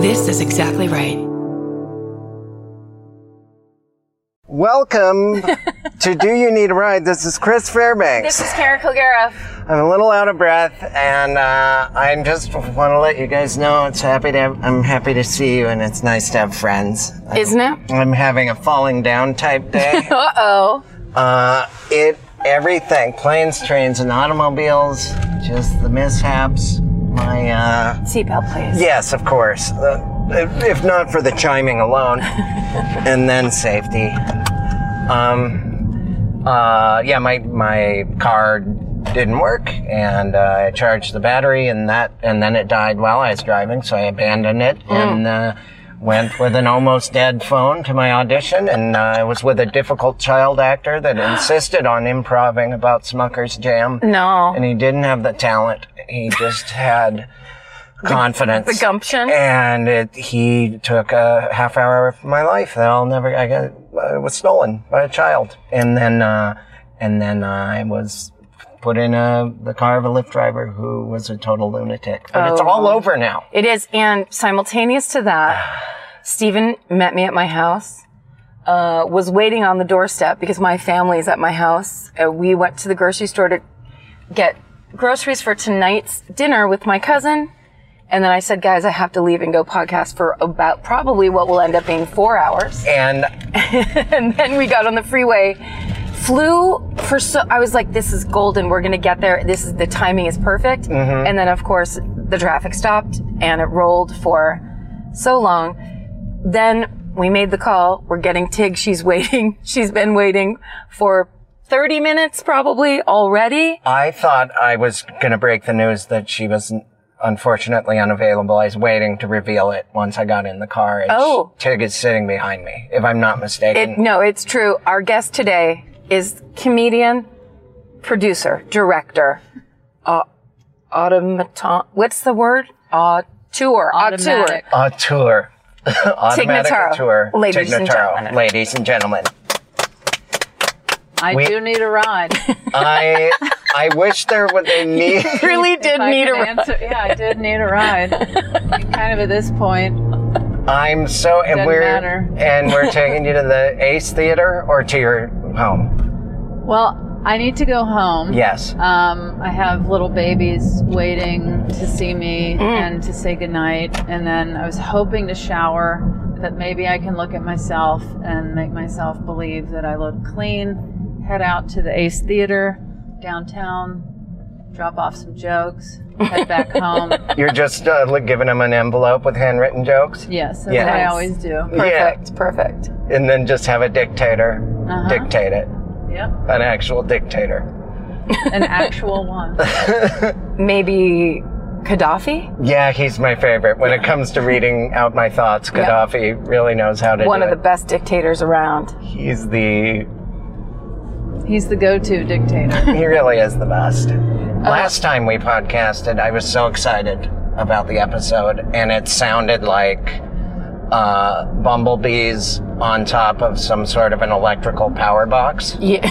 This is exactly right. Welcome to Do You Need a Ride? This is Chris Fairbanks. This is Karen Kilgariff. I'm a little out of breath, and uh, I just want to let you guys know it's happy to. Have, I'm happy to see you, and it's nice to have friends. Isn't it? I'm having a falling down type day. Uh oh. uh, it everything planes, trains, and automobiles. Just the mishaps. My uh, Seatbelt, please. Yes, of course. Uh, if, if not for the chiming alone, and then safety. Um, uh, yeah, my my car didn't work, and uh, I charged the battery, and that, and then it died while I was driving, so I abandoned it and uh, went with an almost dead phone to my audition, and uh, I was with a difficult child actor that insisted on improving about Smucker's Jam, No. and he didn't have the talent; he just had confidence The gumption. and it, he took a half hour of my life that I'll never. I got it was stolen by a child, and then uh, and then I was put in a, the car of a Lyft driver who was a total lunatic. But Oh. it's all over now. It is. And simultaneous to that, Stephen met me at my house, uh, was waiting on the doorstep because my family's at my house. Uh, we went to the grocery store to get groceries for tonight's dinner with my cousin. And then I said, guys, I have to leave and go podcast for about probably what will end up being four hours. And and then we got on the freeway flew for so i was like this is golden we're gonna get there this is the timing is perfect and then of course the traffic stopped and it rolled for so long then we made the call we're getting tig she's waiting she's been waiting for 30 minutes probably already I thought I was gonna break the news that she was unfortunately unavailable. I was waiting to reveal it once I got in the car. And Oh. Tig is sitting behind me, if I'm not mistaken. it, no it's true our guest today is comedian producer director uh, automaton what's the word uh, tour Automatic. Auteur. Automatic Notaro, auteur. ladies Tig Notaro, and gentlemen. Ladies and gentlemen. I We- do need a ride. I I wish there would they need really did I need a could answer- Yeah, I did need a ride. And kind of at this point, I'm so and Doesn't we're matter. and we're taking you to the Ace Theater or to your home. well, I need to go home. Yes. Um, I have little babies waiting to see me Mm. and to say goodnight. And then I was hoping to shower, that maybe I can look at myself and make myself believe that I look clean. Head out to the Ace Theater downtown, drop off some jokes, head back home. You're just uh, li- giving them an envelope with handwritten jokes Yes, that's Yeah. what I Nice. always do. Perfect, perfect. and then just have a dictator Uh-huh. dictate it. Yep. An actual dictator. an actual one. Maybe Gaddafi, Yeah, he's my favorite. When it comes to reading out my thoughts, Gaddafi really knows how to one do of the it. best dictators around. He's the He's the go-to dictator. Uh, He really is the best. Last time we podcasted, I was so excited about the episode, and it sounded like uh, bumblebees on top of some sort of an electrical power box Yeah.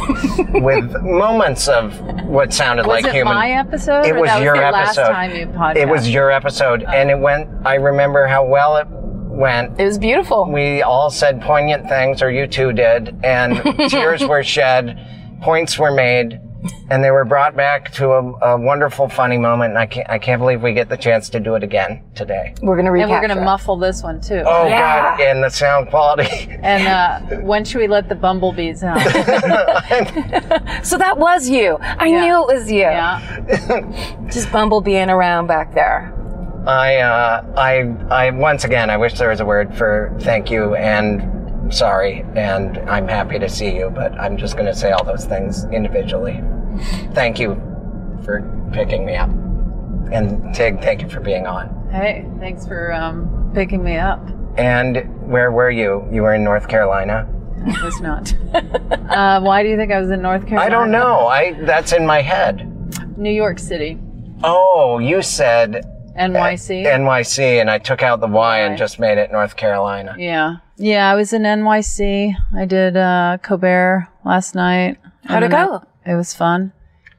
with moments of what sounded Was like it human. my episode? It or was that your was the episode. Last time you podcast. it was your episode, and it went. I remember how well it went. it was beautiful. we all said poignant things, or you two did, and tears were shed, points were made, and they were brought back to a, a wonderful, funny moment. And I can't, I can't believe we get the chance to do it again today. We're gonna recap. and we're gonna muffle this one too. Oh Yeah. God! And the sound quality. And uh, when should we let the bumblebees out? So that was you. I knew it was you. yeah. Just bumblebeeing around back there. I, uh, I, I. Once again, I wish there was a word for thank you and sorry, and I'm happy to see you, but I'm just going to say all those things individually. Thank you for picking me up, and Tig, thank you for being on. Hey, thanks for um, picking me up. And where were you? You were in North Carolina. It was not. uh, why do you think I was in North Carolina? I don't know. I that's in my head. New York City, Oh, you said NYC. Eh, NYC, and I took out the Y and Right. just made it North Carolina. yeah. Yeah, I was in NYC. I did uh, Colbert last night. How'd it And then I- go? It was fun.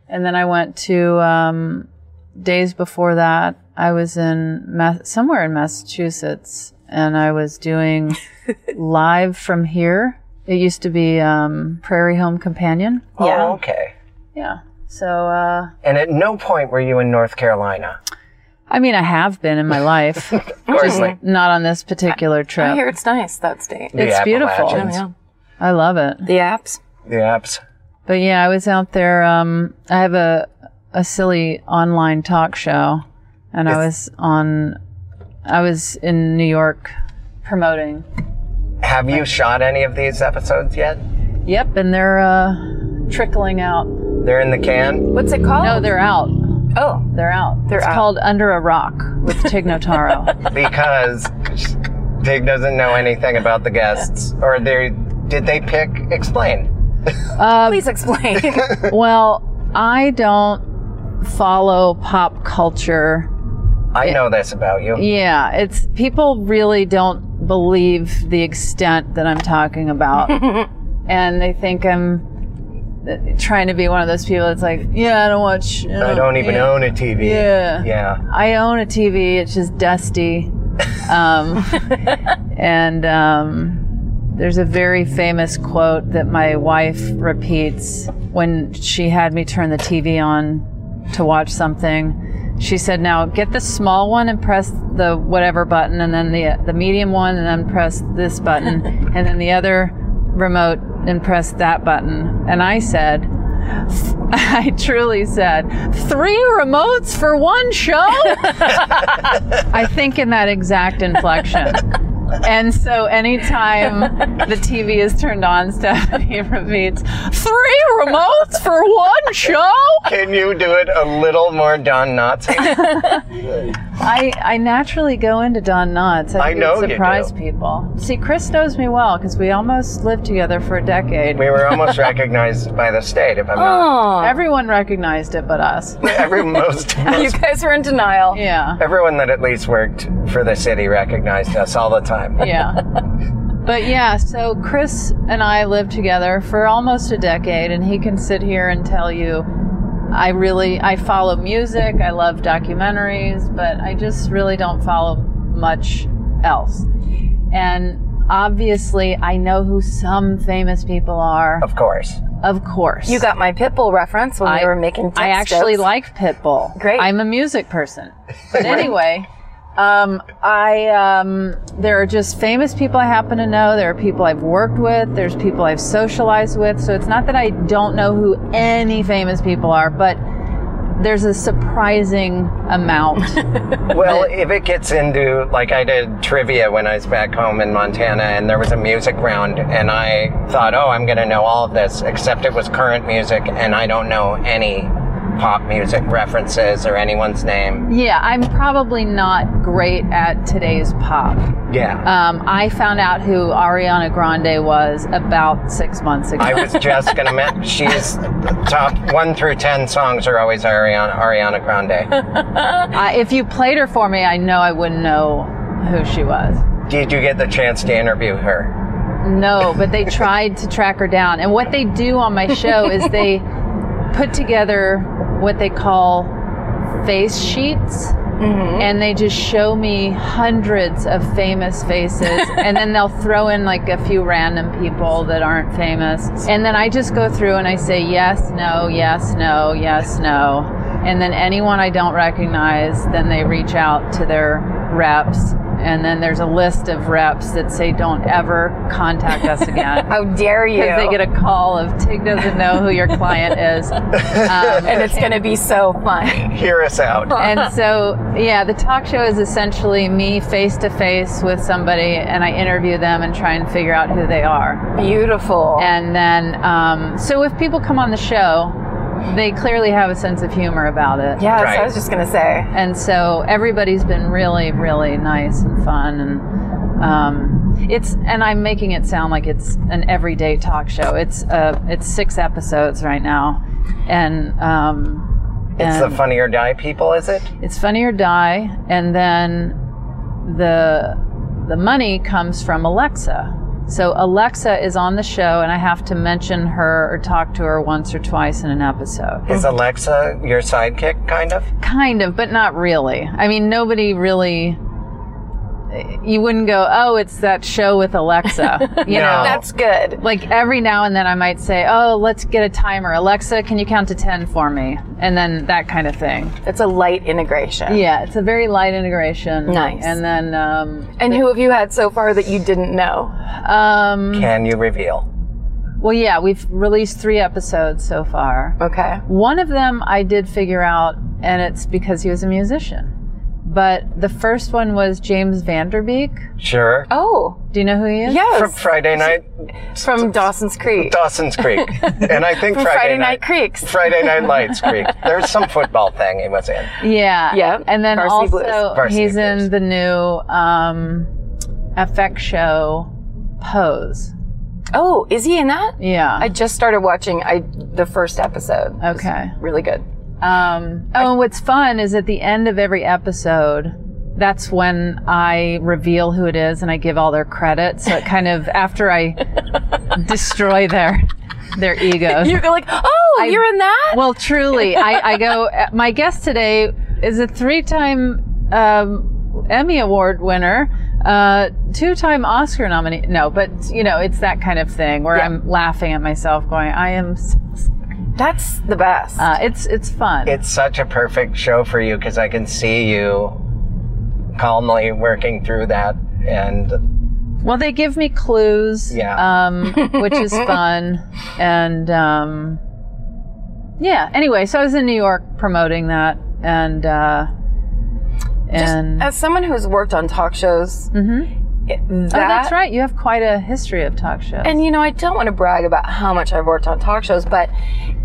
And then I went to um, days before that, I was in Ma- somewhere in Massachusetts, and I was doing live from here. It used to be um, Prairie Home Companion. Yeah. Oh, okay. Yeah. So, uh, And at no point were you in North Carolina. I mean, I have been in my life, Of course, like not on this particular I trip. hear it's nice that state. the It's beautiful. Oh, Appalachians, I love it. The apps. the apps. But yeah, I was out there. Um, I have a a silly online talk show, and I was on. I was in New York promoting. Have you shot any of these episodes yet? Yep, and they're uh, trickling out. They're in the can. What's it called? No, they're out. oh, They're out. They're it's out. called Under a Rock with Tig Notaro. because Tig doesn't know anything about the guests, or they did they pick? Explain. please explain. well, I don't follow pop culture. I know this about you. Yeah, it's people really don't believe the extent that I'm talking about, and they think I'm uh, trying to be one of those people that's like, yeah, I don't watch. I don't even yeah. own a TV. Yeah. Yeah. I own a TV. It's just dusty, um, and um, there's a very famous quote that my wife repeats when she had me turn the TV on to watch something. She said, "Now get the small one and press the whatever button, and then the the medium one, and then press this button, and then the other remote and press that button." And I said. I truly said, three remotes for one show? I think in that exact inflection. And so anytime the TV is turned on, Stephanie repeats, three remotes for one show? Can you do it a little more Don Nazi? I, I naturally go into Don Knotts. I I, think it know you would do. surprise people. See, Chris knows me well because we almost lived together for a decade. we were almost recognized by the state, if I'm not. oh, Everyone recognized it but us. Every most, you most guys were in denial. Yeah. everyone that at least worked for the city recognized us all the time. yeah. But yeah, so Chris and I lived together for almost a decade, and he can sit here and tell you, I really I follow music, I love documentaries, but I just really don't follow much else. And obviously, I know who some famous people are, Of course. of course. You got my Pitbull reference when I- we were making text I actually jokes. like Pitbull. Great. I'm a music person. But anyway, um, I um, there are just famous people I happen to know. There are people I've worked with. There's people I've socialized with. So it's not that I don't know who any famous people are, but there's a surprising amount. Well, if it gets into like I did trivia when I was back home in Montana, and there was a music round, and I thought, oh, I'm gonna know all of this, except it was current music, and I don't know any pop music references or anyone's name. yeah, I'm probably not great at today's pop. Yeah, Um, I found out who Ariana Grande was about six months ago. I was just gonna. Men- she's top one through ten songs are always Ariana Ariana Grande. I, Uh, if you played her for me, I know I wouldn't know who she was. Did you get the chance to interview her? No, but they tried to track her down. And what they do on my show is they put together what they call face sheets. And they just show me hundreds of famous faces, and then they'll throw in like a few random people that aren't famous. And then I just go through and I say yes, no, yes, no, yes, no. And then anyone I don't recognize, then they reach out to their reps. And then there's a list of reps that say don't ever contact us again. How dare you? Because they get a call of Tig doesn't know who your client is. Um, and it's going to be so fun. Hear us out. and so, yeah, the talk show is essentially me face to face with somebody, and I interview them and try and figure out who they are. Beautiful. And then, um, so if people come on the show, they clearly have a sense of humor about it. yeah, Right. so I was just going to say. And so everybody's been really, really nice and fun, and um, it's and I'm making it sound like it's an everyday talk show. It's uh, it's six episodes right now, and um, It's and the Funny or Die people, is it? it's funny or die, and then the the money comes from Alexa. So Alexa is on the show, and I have to mention her or talk to her once or twice in an episode. Is Alexa your sidekick, kind of? Kind of, but not really. I mean, nobody really. You wouldn't go, oh, it's that show with Alexa. You No. know, That's good. like every now and then I might say, oh, let's get a timer. Alexa, can you count to 10 for me? And then that kind of thing. It's a light integration. Yeah, it's a very light integration. Nice. And then, um, And who have you had so far that you didn't know? um, Can you reveal? well, yeah, we've released three episodes so far. Okay. One of them I did figure out, and it's because he was a musician. But the first one was James Vanderbeek. Sure. Oh, Do you know who he is? yes. From Friday night, from Dawson's Creek. Dawson's Creek, and I think From Friday, Friday Night Creeks. Friday Night Lights Creek. There's some football thing he was in. Yeah. Yeah, And then Varsity Blues. also Varsity he's Blues. in the new um, FX show Pose. Oh, is he in that? Yeah. I just started watching I the first episode. It was okay. Really good. Um, oh, and what's fun is at the end of every episode, that's when I reveal who it is and I give all their credit. So it kind of after I destroy their their egos. You're like, oh, you're in that? Well, truly, I, I go. My guest today is a three-time um, Emmy Award winner, uh, two-time Oscar nominee. No, but you know, it's that kind of thing where Yeah. I'm laughing at myself, going, "I am." s- That's the best. Uh, it's it's fun. It's such a perfect show for you because I can see you calmly working through that, and well, they give me clues, Yeah. um, which is fun, and um, yeah. Anyway, so I was in New York promoting that, and uh, and As someone who's worked on talk shows, it- that, oh, that's right. You have quite a history of talk shows. And you know, I don't want to brag about how much I've worked on talk shows, but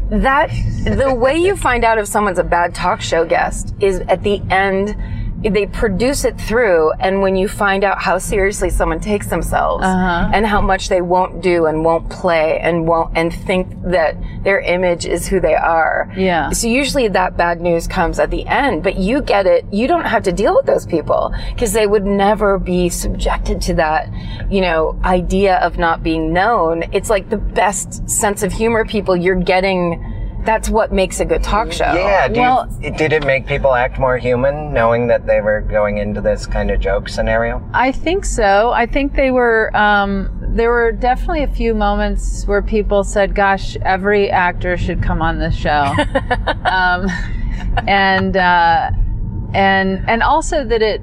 that the way you find out if someone's a bad talk show guest is at the end they produce it through and when you find out how seriously someone takes themselves Uh-huh. and how much they won't do and won't play and won't and think that their image is who they are Yeah. so usually that bad news comes at the end but you get it you don't have to deal with those people because they would never be subjected to that you know idea of not being known it's like the best sense of humor people you're getting that's what makes a good talk show yeah. Do Well- you, did it make people act more human, knowing that they were going into this kind of joke scenario? I think so. I think they were. Um, there were definitely a few moments where people said, "Gosh, every actor should come on this show," um, and uh, and and also that it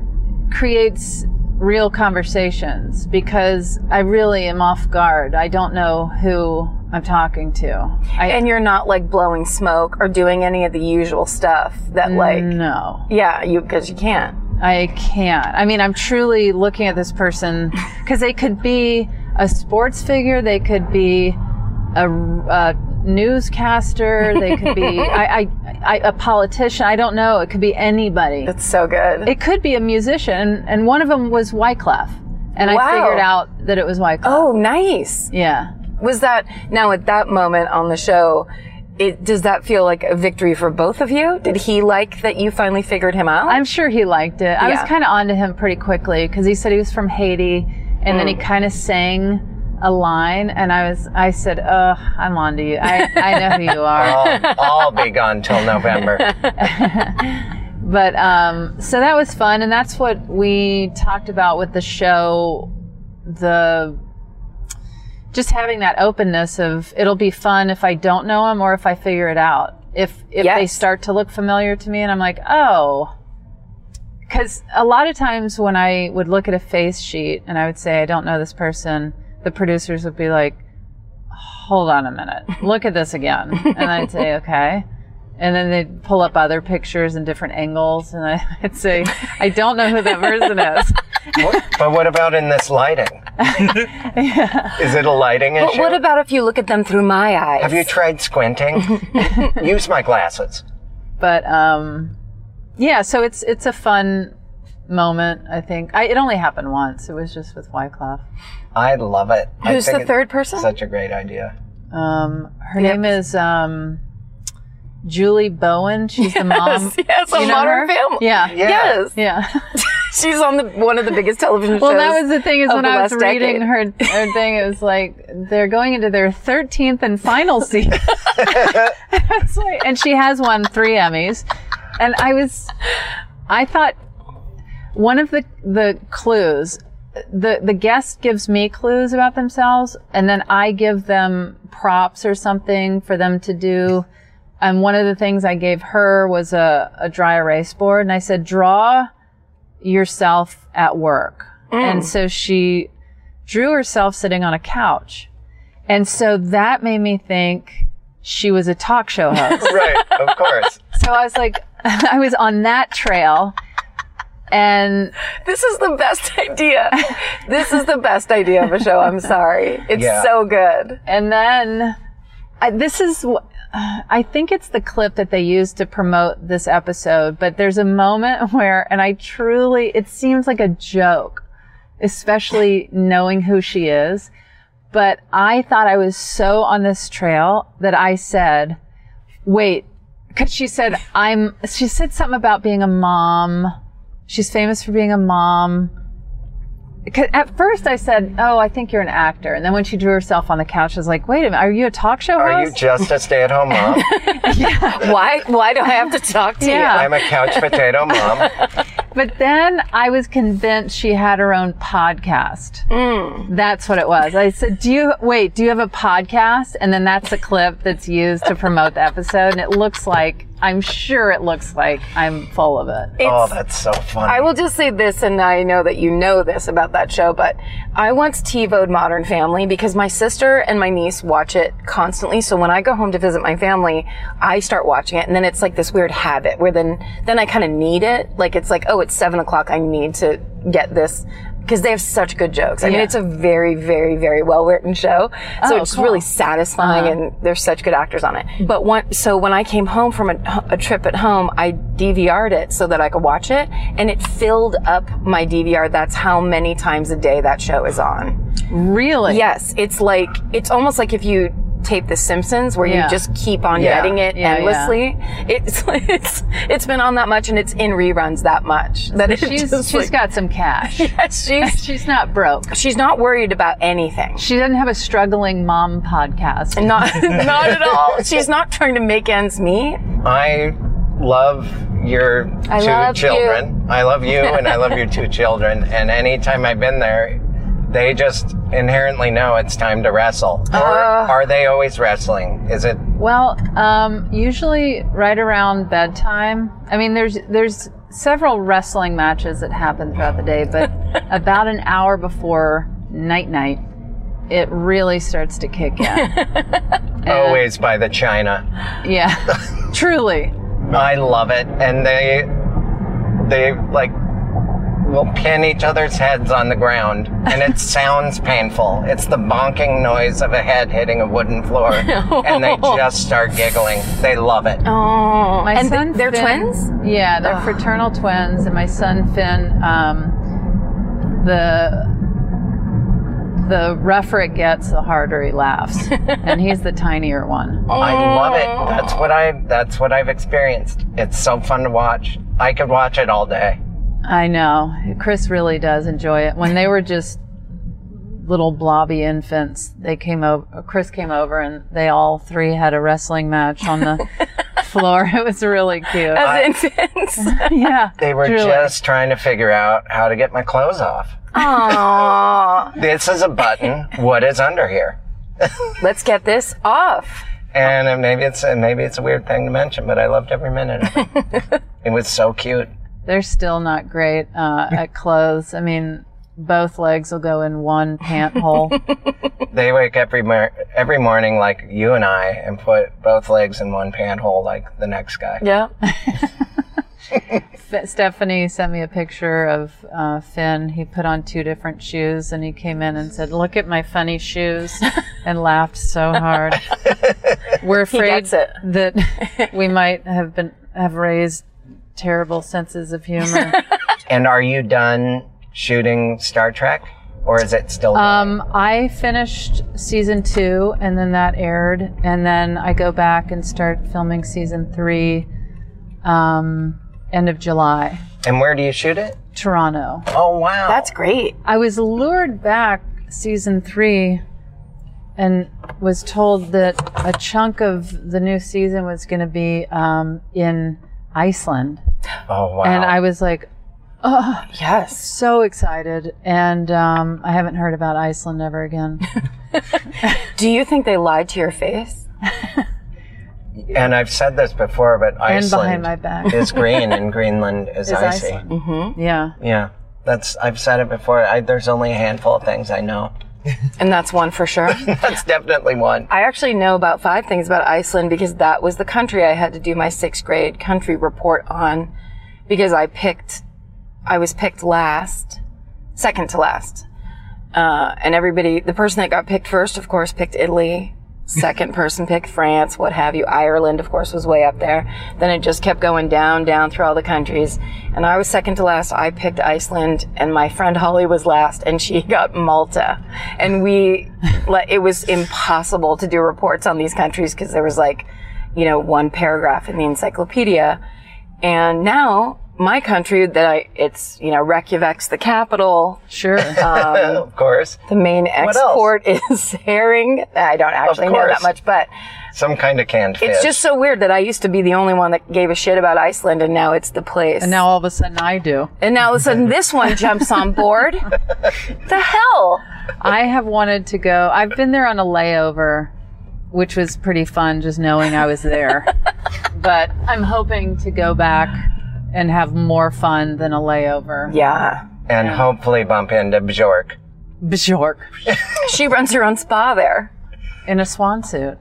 creates real conversations because I really am off guard. I don't know who I'm talking to. I and you're not like blowing smoke or doing any of the usual stuff that like no. yeah you because you can't I can't. I mean, I'm truly looking at this person because they could be a sports figure, they could be a, a newscaster, they could be I, I, I, a politician. I don't know. It could be anybody. it's so good It could be a musician, and, and one of them was Wyclef, and Wow. I figured out that it was Wyclef. oh nice Yeah. was that now at that moment on the show it, does that feel like a victory for both of you? Did he like that you finally figured him out? I'm sure he liked it. I Yeah. was kind of onto him pretty quickly because he said he was from Haiti, and then he kind of sang a line, and I was, I said, "Ugh, I'm onto you. I, I know who you are." I'll, I'll be gone till November. But um, so that was fun, and that's what we talked about with the show. The just having that openness of it'll be fun if I don't know him or if I figure it out. If if they Yes. start to look familiar to me, and I'm like, oh, because a lot of times when I would look at a face sheet and I would say I don't know this person, the producers would be like, hold on a minute, look at this again, and I'd say, okay. And then they'd pull up other pictures and different angles, and I- I'd say, I don't know who that person is. What- but what about in this lighting? Is it a lighting but issue? what about if you look at them through my eyes? Have you tried squinting? Use my glasses. But um, yeah, so it's it's a fun moment. I think I, it only happened once. It was just with Wyclef. I love it. I Who's think the it's third person? Such a great idea. Um, her name is um, Julie Bowen. She's the mom. yes, a You know modern her? family. Yeah. Yeah. Yes. Yeah. She's on the one of the biggest television shows. Well, that was the thing is of when the I was last reading decade. her, her thing, it was like they're going into their 13th and final season. I was like- and she has won three Emmys. And I was, I thought one of the, the clues, the, the guest gives me clues about themselves and then I give them props or something for them to do. And one of the things I gave her was a, a dry erase board and I said, draw yourself at work. And so she drew herself sitting on a couch. And so that made me think she was a talk show host. right, of course. so I was like, I was on that trail. And This is the best idea. this is the best idea of a show. I'm sorry. It's Yeah. so good. and then I, this is wh- I think it's the clip that they used to promote this episode, but there's a moment where and I truly it seems like a joke, especially knowing who she is, but I thought I was so on this trail that I said, "Wait, cuz she said I'm she said something about being a mom. She's famous for being a mom." 'Cause at first I said, "Oh, I think you're an actor," and then when she drew herself on the couch, I was like, "Wait a minute, are you a talk show host?" Are you just a stay-at-home mom? Why? Why do I have to talk to Yeah. I'm a couch potato mom. But then I was convinced she had her own podcast. Mm. That's what it was. I said, "Do you wait? Do you have a podcast?" And then that's a clip that's used to promote the episode, and it looks like I'm sure it looks like I'm full of it. you? Oh, It's, that's so funny. I will just say this, and I know that you know this about that show, but I once TiVoed Modern Family because my sister and my niece watch it constantly. So when I go home to visit my family, I start watching it, and then it's like this weird habit where then then I kind of need it. Like it's like, oh, it's seven o'clock. I need to get this because they have such good jokes. I mean, Yeah. it's a very, very, very well written show, so it's Oh, cool. Uh-huh. really satisfying, and there's such good actors on it. But one, so when I came home from a, a trip at home, I DVR'd it so that I could watch it, and it filled up my DVR. That's how many times a day that show is on. Really? Yes, it's like it's almost like if you tape The Simpsons, where Yeah. you just keep on Yeah. getting it Yeah, yeah. endlessly. It's it's it's been on that much, and it's in reruns that much. That it She's just, she's like- got some cash. she's She's not broke. she's not worried about anything. She doesn't have a struggling mom podcast. Not, not at all. She's not trying to make ends meet. I love your I two love children. I love you and I love your two children. And anytime I've been there, they just inherently know it's time to wrestle. Or Uh. are they always wrestling? Is it Well, um, usually right around bedtime. I mean, there's there's several wrestling matches that happen throughout the day, but about an hour before night night, it really starts to kick in. always by the China? yeah, truly. I love it. And they, they like, will pin each other's heads on the ground and it sounds painful. It's the bonking noise of a head hitting a wooden floor and they just start giggling. They love it. Oh, My and th- son they're Finn- twins. Yeah, they're fraternal twins, and my son Finn, um, the the rougher it gets, the harder he laughs, and he's the tinier one. I love it. That's what I that's what I've experienced. It's so fun to watch. I could watch it all day. I know. Chris really does enjoy it. When they were just little blobby infants, they came over, Chris came over and they all three had a wrestling match on the floor. It was really cute. As infants. yeah. They were truly. just trying to figure out how to get my clothes off. Aww. This is a button. What is under here? Let's get this off. And uh, maybe it's uh, maybe it's a weird thing to mention, but I loved every minute of it. it was so cute. They're still not great uh, at clothes. I mean, both legs will go in one pant hole. They wake every mor- every morning like you and I, and put both legs in one pant hole like the next guy. Yeah. Fe- Stephanie sent me a picture of uh, Finn. He put on two different shoes and he came in and said, Look at my funny shoes, and laughed so hard. We're afraid gets it. that we might have been have raised terrible senses of humor. And are you done shooting Star Trek, or is it still? um, I finished season two and then that aired, and then I go back and start filming season three um, end of July. and where do you shoot it? Toronto. Oh wow. That's great. I was lured back season three and was told that a chunk of the new season was going to be um, in Iceland. oh wow. And I was like, oh, Yes. so excited. And um, I haven't heard about Iceland ever again. Do you think they lied to your face? and I've said this before, but and Iceland behind my back. is green and Greenland is, Is icy. Iceland. Yeah. Yeah. That's I've said it before. I, there's only a handful of things I know. And that's one for sure. That's definitely one. I actually know about five things about Iceland because that was the country I had to do my sixth grade country report on because I picked, I was picked last, second to last. Uh, and everybody, the person that got picked first, of course, picked Italy. Second person picked France, what have you. Ireland, of course, was way up there. Then it just kept going down, down through all the countries. And I was second to last. I picked Iceland, and my friend Holly was last, and she got Malta. And we, like, it was impossible to do reports on these countries because there was like, you know, one paragraph in the encyclopedia. And now, my country that I, it's, you know, Reykjavik's the capital Sure. Um, of course. the main else? export is herring. I don't actually know that course. much, but Some kind of canned fish. it's just so weird that I used to be the only one that gave a shit about Iceland, and now it's the place. and now all of a sudden I do. and now all of a sudden, this one jumps on board. the hell! I have wanted to go. I've been there on a layover, which was pretty fun just knowing I was there. but I'm hoping to go back and have more fun than a layover. Yeah, and hopefully bump into Bjork. Bjork she runs her own spa there. in a swan suit.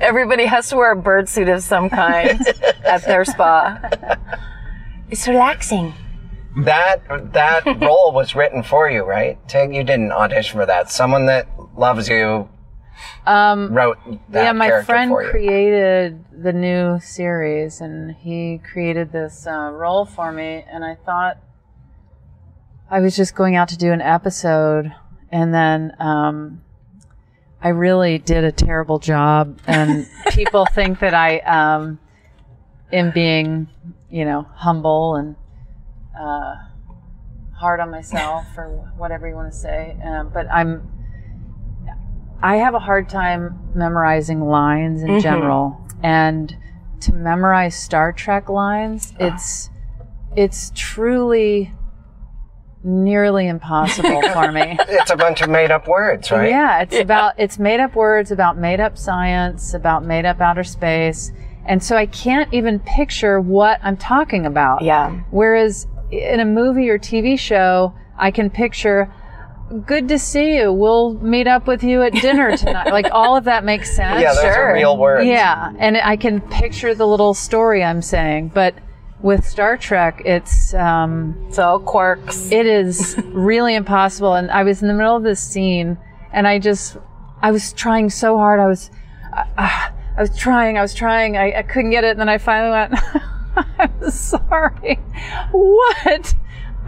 Everybody has to wear a bird suit of some kind at their spa. It's relaxing. That that role was written for you, right? Tig, you didn't audition for that. Someone that loves you Um, wrote that yeah, my character friend for you. created the new series, and he created this uh, role for me, and I thought I was just going out to do an episode, and then um, I really did a terrible job, and people think that I um, am being, you know, humble and uh, hard on myself, or whatever you want to say, um, but I'm. I have a hard time memorizing lines in general, and to memorize Star Trek lines, it's it's truly nearly impossible for me. It's a bunch of made up words, right? Yeah, it's about it's made up words about made up science, about made up outer space, and so I can't even picture what I'm talking about. Yeah. Whereas in a movie or TV show, I can picture, good to see you. We'll meet up with you at dinner tonight. like all of that makes sense. Yeah, those Sure. are real words. Yeah, and I can picture the little story I'm saying, but with Star Trek, it's um, It's all quirks. it is really impossible. And I was in the middle of this scene, and I just, I was trying so hard. I was, uh, I was trying, I was trying, I, I couldn't get it. And then I finally went, I'm sorry. What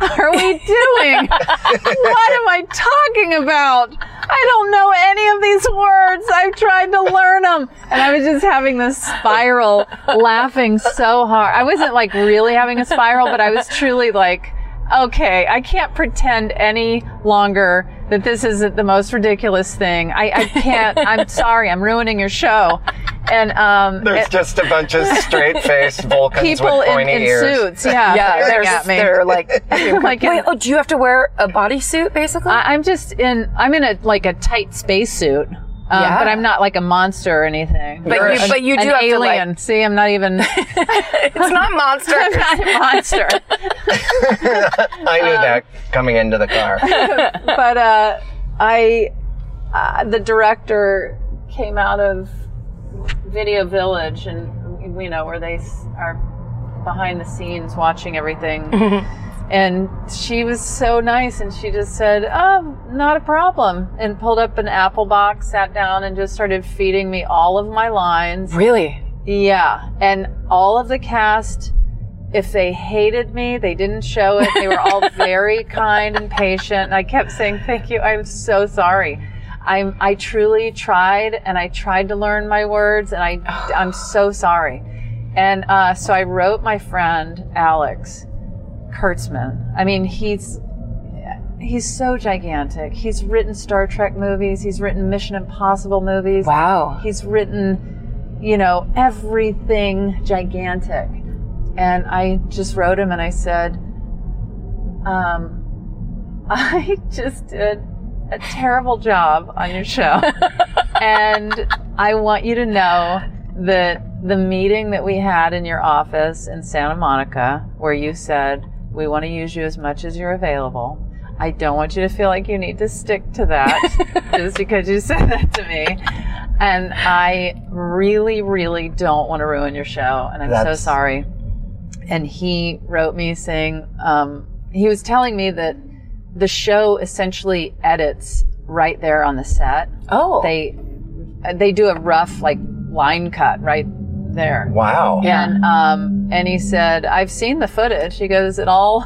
are we doing? what am I talking about? I don't know any of these words. I've tried to learn them. And I was just having this spiral, laughing so hard. I wasn't like really having a spiral, but I was truly like, okay, I can't pretend any longer that this isn't the most ridiculous thing. I, I can't. I'm sorry. I'm ruining your show. And, um, There's it- just a bunch of straight faced Vulcans people with in, pointy in ears. suits. Yeah. Yeah, Staring there's, at me. they're like, Like in- wait, oh, do you have to wear a bodysuit basically? I, I'm just in. I'm in a like a tight spacesuit. Um, Yeah. But I'm not like a monster or anything. But Or you- an- but you do an have to, alien. See, I'm not even I'm it's not monster. not a monster. I knew Um, that coming into the car. but uh, I, uh, the director came out of Video Village, and you know where they s- are behind the scenes watching everything. and she was so nice, and she just said, "Oh, not a problem," and pulled up an apple box, sat down, and just started feeding me all of my lines. Really? Yeah, and all of the cast, if they hated me, they didn't show it. They were all very kind and patient. And I kept saying, "Thank you. I'm so sorry. I'm. I truly tried, and I tried to learn my words, and I. I'm so sorry." And uh, so I wrote my friend Alex Kurtzman. I mean, he's he's so gigantic. He's written Star Trek movies. He's written Mission Impossible movies. Wow. He's written, you know, everything gigantic. And I just wrote him and I said, um, I just did a terrible job on your show. and I want you to know that the meeting that we had in your office in Santa Monica, where you said, we want to use you as much as you're available. I don't want you to feel like you need to stick to that just because you said that to me. And I really, really don't want to ruin your show. And I'm so That's- sorry. And he wrote me saying, um, he was telling me that the show essentially edits right there on the set. Oh. They they do a rough like line cut right there. Wow. Yeah. And um, and he said, I've seen the footage. He goes, it all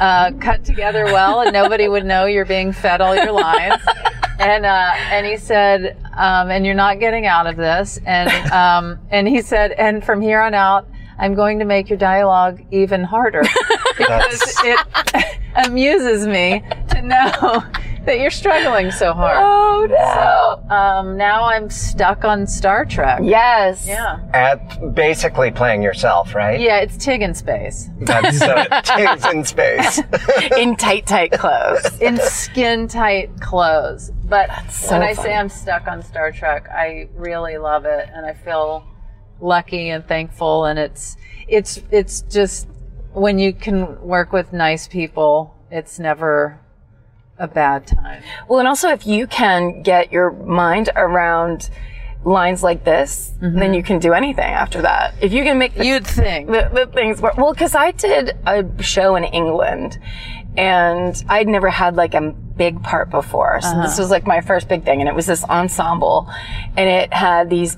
uh, cut together well, and nobody would know you're being fed all your lines. And uh, and he said, um, and you're not getting out of this. And um, and he said, and from here on out, I'm going to make your dialogue even harder because That's- it amuses me to know that you're struggling so hard. oh no. Um, now I'm stuck on Star Trek. Yes. Yeah. At basically playing yourself, right? Yeah, it's Tig in space. That's uh, Tig's in space. Um, In tight, tight clothes. in skin tight clothes. But so when I funny. say I'm stuck on Star Trek, I really love it and I feel lucky and thankful and it's it's it's just when you can work with nice people, it's never a bad time. Well, and also if you can get your mind around lines like this, then you can do anything after that. If you can make the You'd think. the, the things were well because i did a show in england and i'd never had like a big part before so this was like my first big thing and it was this ensemble and it had these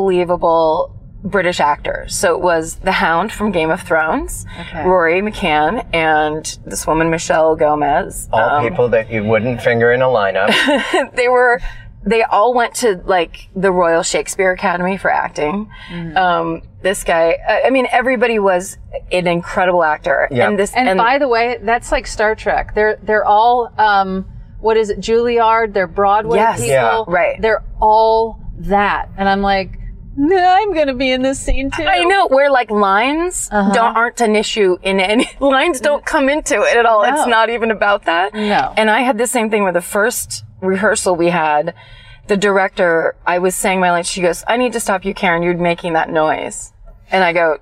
unbelievable british actors so it was the hound from game of thrones rory mccann and this woman michelle gomez All people that you wouldn't finger in a lineup. they were they all went to like the Royal Shakespeare Academy for acting. Um, this guy, I I mean, everybody was an incredible actor. Yeah. And this, And, by the way, that's like Star Trek. They're they're all um, what is it, Juilliard? They're Broadway Yes. people. Yeah. Right. They're all that. And I'm like, no, I'm gonna be in this scene too. I know where like lines Uh-huh. don't aren't an issue in any lines don't come into it at all. It's Mm. No. not even about that. No. And I had the same thing with the first rehearsal we had. The director, I was saying my line. She goes, "I need to stop you, Karen. You're making that noise." And I go,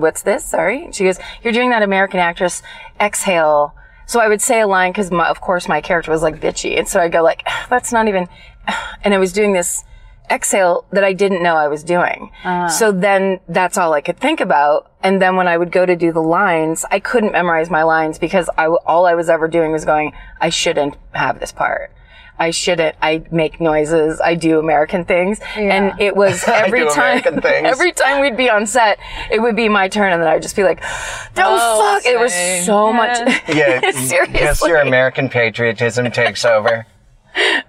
"What's this? Sorry." She goes, "You're doing that American actress exhale." So I would say a line because, of course, my character was like bitchy, and so I go like, "That's not even," and I was doing this exhale that I didn't know I was doing. Uh-huh. So then that's all I could think about. And then when I would go to do the lines, I couldn't memorize my lines because I w- all I was ever doing was going, I shouldn't have this part. I shouldn't. I make noises. I do American things. And it was I every do time, American things. every time we'd be on set, it would be my turn. And then I'd just be like, don't Oh, fuck. It was same. so much. Yeah, yes, Seriously. your American patriotism takes over.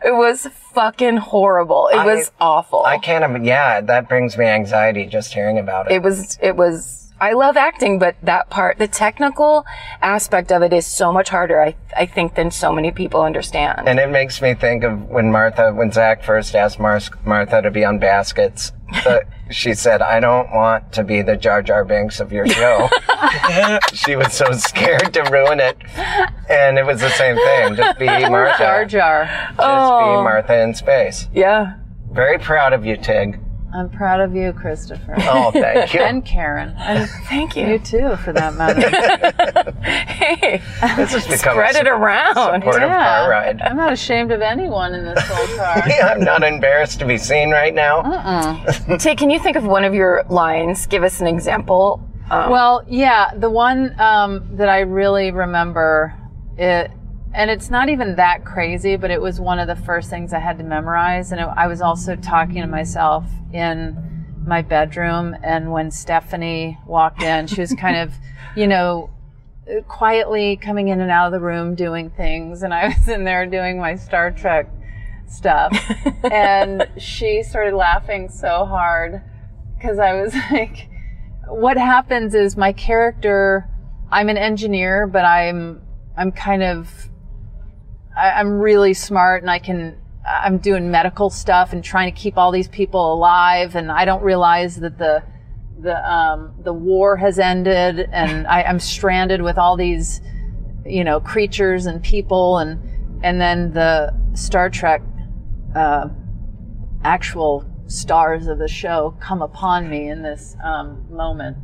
it was fucking horrible. It was awful. I can't. im- Yeah, that brings me anxiety just hearing about it. it was it was I love acting, but that part, the technical aspect of it is so much harder, I, I think, than so many people understand. and it makes me think of when Martha, when Zach first asked Mar- Martha to be on Baskets, the, she said, "I don't want to be the Jar Jar Banks of your show." she was so scared to ruin it, and it was the same thing. Just be Martha. Jar Jar. Just Oh. be Martha in space. yeah. Very proud of you, Tig. I'm proud of you, Christopher. Oh, thank you. And Karen. And Thank you you. too, for that matter. Hey, this has become spread a it around. supportive car ride. I'm not ashamed of anyone in this whole car. I'm not embarrassed to be seen right now. Tay, can you think of one of your lines? Give us an example. Um, Well, yeah, the one um, that I really remember it, and it's not even that crazy, but it was one of the first things I had to memorize, and it, I was also talking to myself in my bedroom, and when Stephanie walked in, she was kind of, you know. Quietly coming in and out of the room doing things, and I was in there doing my Star Trek stuff. and she started laughing so hard because I was like, what happens is my character I'm an engineer, but I'm I'm kind of I, I'm really smart and I can I'm doing medical stuff and trying to keep all these people alive and I don't realize that the the um, the war has ended and I, I'm stranded with all these you know creatures and people and and then the Star Trek uh, actual stars of the show come upon me in this um, moment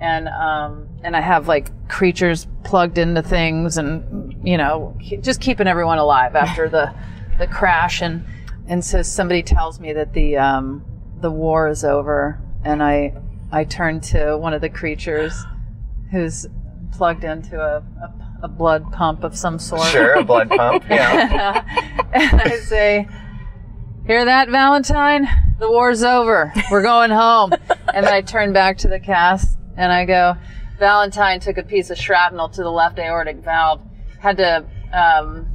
and um, and I have like creatures plugged into things, and you know, ke- just keeping everyone alive after the the crash, and and so somebody tells me that the um, the war is over, and I I turn to one of the creatures who's plugged into a, a, a blood pump of some sort, Sure, a blood pump. Yeah. and I say, "Hear that, Valentine? The war's over. We're going home." and then I turn back to the cast and I go, "Valentine took a piece of shrapnel to the left aortic valve. Had to." Um,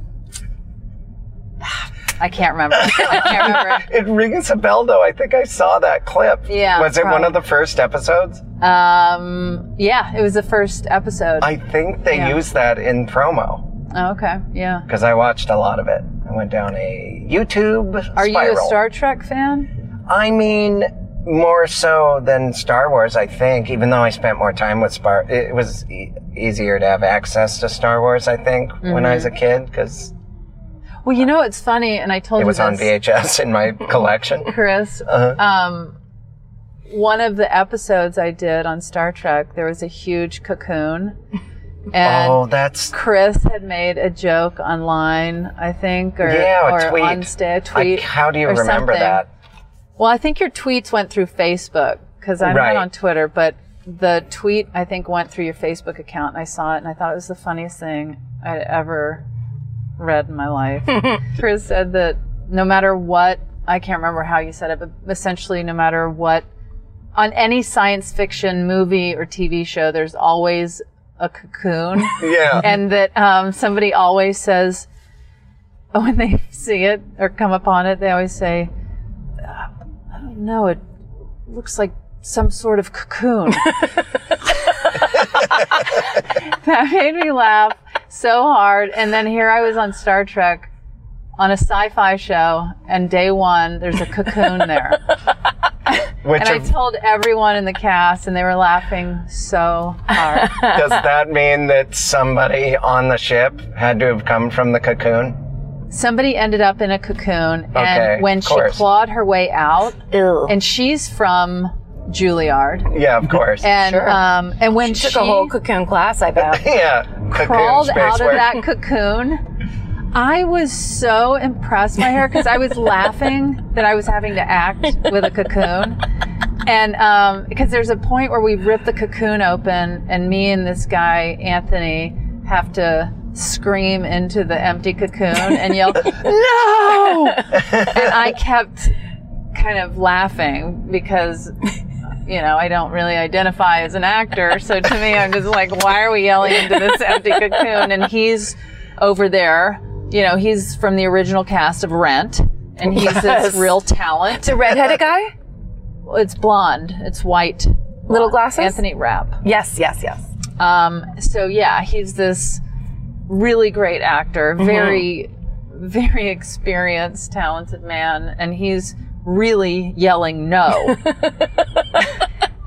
I can't remember. I can't remember. It rings a bell, though. I think I saw that clip. Yeah, Was it one probably. of the first episodes? Um, yeah, it was the first episode. I think they Yeah. used that in promo oh, okay, yeah. because I watched a lot of it. I went down a YouTube Are you a spiral. Star Trek fan? I mean, more so than Star Wars, I think. Even though I spent more time with Star, it was e- easier to have access to Star Wars. I think when I was Mm-hmm. a kid because Well, you know it's funny, and I told it you was on this. VHS in my collection. Chris. Uh-huh. Um, one of the episodes I did on Star Trek, there was a huge cocoon, and oh, that's Chris had made a joke online, I think, or, Yeah, a or tweet. on sta- a I- tweet. how do you or remember something. that? Well, I think your tweets went through Facebook because I'm Right. not on Twitter, but the tweet I think went through your Facebook account, and I saw it, and I thought it was the funniest thing I'd ever read in my life. Chris said that no matter what, I can't remember how you said it, but essentially, no matter what, on any science fiction movie or TV show, there's always a cocoon, Yeah. and that um, somebody always says when they see it or come upon it, they always say, "Uh, "I don't know, it looks like some sort of cocoon." that made me laugh so hard. And then here I was on Star Trek on a sci-fi show, and day one there's a cocoon there. Which And I of- told everyone in the cast, and they were laughing so hard. does that mean that somebody on the ship had to have come from the cocoon? Somebody ended up in a cocoon, and Okay, when of she course. clawed her way out, Ew. and she's from Juilliard, Yeah, of course. and Sure. um, and when she, Took a whole cocoon class, I bet. yeah, cocoon crawled space out of work. that cocoon. I was so impressed by her because I was laughing that I was having to act with a cocoon. And because there's a point where we rip the cocoon open, and me and this guy, Anthony, have to scream into the empty cocoon and yell, No! and I kept kind of laughing because you know, I don't really identify as an actor. So to me, I'm just like, why are we yelling into this empty cocoon? And he's over there. You know, he's from the original cast of Rent, and he's Yes. this real talent. The redheaded guy? It's blonde. It's white. Little Blonde. glasses? Anthony Rapp. Yes, yes, yes. Um, so yeah, he's this really great actor, very, very experienced, talented man, and he's really yelling no.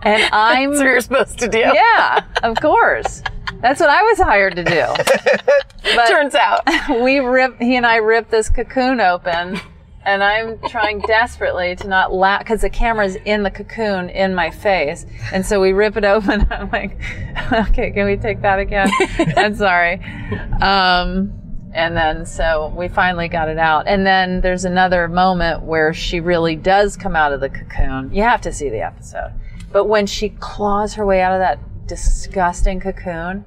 and I'm That's what you're supposed to do. yeah, of course. That's what I was hired to do. Turns out. But we rip he and I ripped this cocoon open and I'm trying desperately to not laugh because the camera's in the cocoon in my face. And so we rip it open. I'm like, okay, can we take that again? I'm sorry. Um, and then so we finally got it out. And then there's another moment where she really does come out of the cocoon. You have to see the episode. But when she claws her way out of that disgusting cocoon,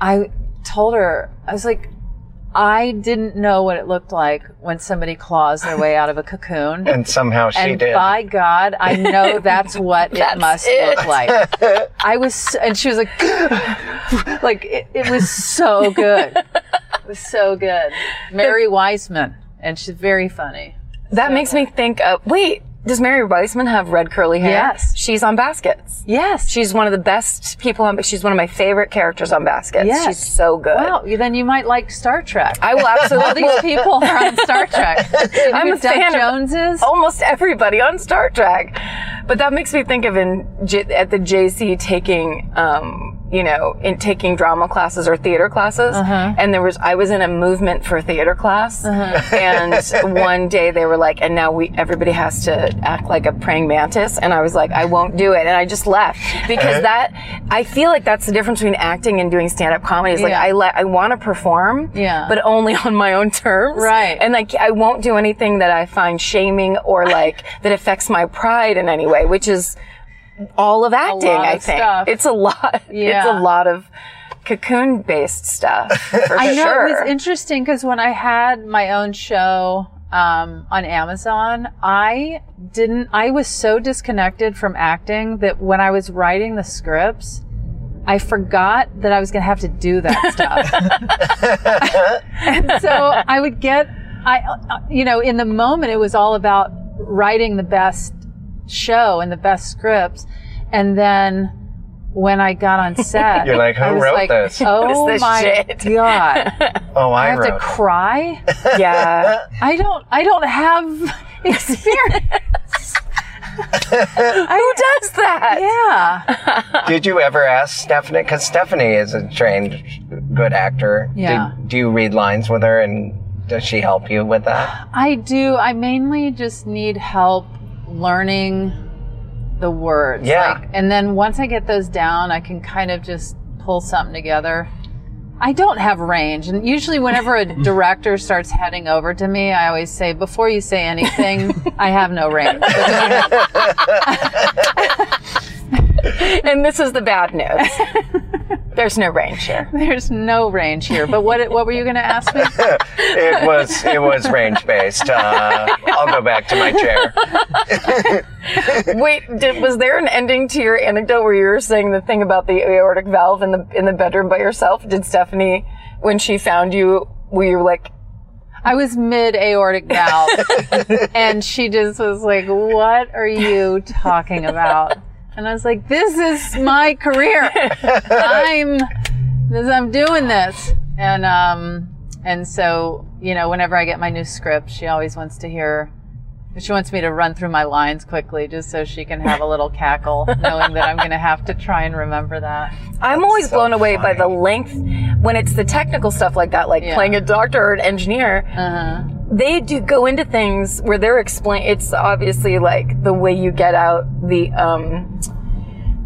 I told her, I was like, I didn't know what it looked like when somebody claws their way out of a cocoon. and somehow she And did. by God, I know that's what That's it must it. look like. I was, so- and she was like, like it, it was so good. It was so good. Mary Wiseman, and she's very funny. That makes me think of wait, does Mary Weissman have red curly hair? Yes. she's on Baskets. Yes. She's one of the best people on. She's one of my favorite characters on Baskets. Yes. She's so good. Well, you- then you might like Star Trek. I will All absolutely these people are on Star Trek. You know I'm who a Doug fan of- Oh, Jones is. almost everybody on Star Trek. But that makes me think of in J- at the JC taking, um, you know, in taking drama classes or theater classes, Uh-huh. and there was I was in a movement for theater class, Uh-huh. and one day they were like, and now we everybody has to act like a praying mantis, and I was like, I won't do it, and I just left because Uh-huh. that I feel like that's the difference between acting and doing stand up comedy. Is like Yeah. I let I want to perform, Yeah. but only on my own terms, Right. And like I won't do anything that I find shaming or like that affects my pride in any way, which is all of acting. lot I of think stuff. it's a lot. Yeah. It's a lot of cocoon based stuff. For I know sure. it was interesting because when I had my own show um, on Amazon, I didn't. I was so disconnected from acting that when I was writing the scripts, I forgot that I was going to have to do that stuff. And so I would get, I, uh, you know, in the moment it was all about writing the best show and the best scripts, and then when I got on set, You're like, who I was wrote like, this? Oh What is this my shit?" god. Oh, I, I have to wrote. cry. yeah. I don't. I don't have experience. Who does that? yeah. Did you ever ask Stephanie? Because Stephanie is a trained, good actor. Yeah. Did, do you read lines with her, and does she help you with that? I do. I mainly just need help learning the words. Yeah. and then once I get those down, I can kind of just pull something together. I don't have range, and usually whenever a director starts heading over to me, I always say, "Before you say anything, I have no range." And this is the bad news. There's no range here. There's no range here. But what what were you going to ask me? It was it was range based. Uh, I'll go back to my chair. Wait, did, was there an ending to your anecdote where you were saying the thing about the aortic valve in the in the bedroom by yourself? Did Stephanie, when she found you, were you like, I was mid aortic valve, and she just was like, "What are you talking about?" And I was like, "This is my career. I'm, this, I'm doing this." And um, and so you know, whenever I get my new script, she always wants to hear. She wants me to run through my lines quickly, just so she can have a little cackle, knowing that I'm going to have to try and remember that. I'm always so blown away by funny. the length when it's the technical stuff like that, like Yeah. Uh. playing a doctor or an engineer. Uh-huh. They do go into things where they're explain. It's obviously like the way you get out the um,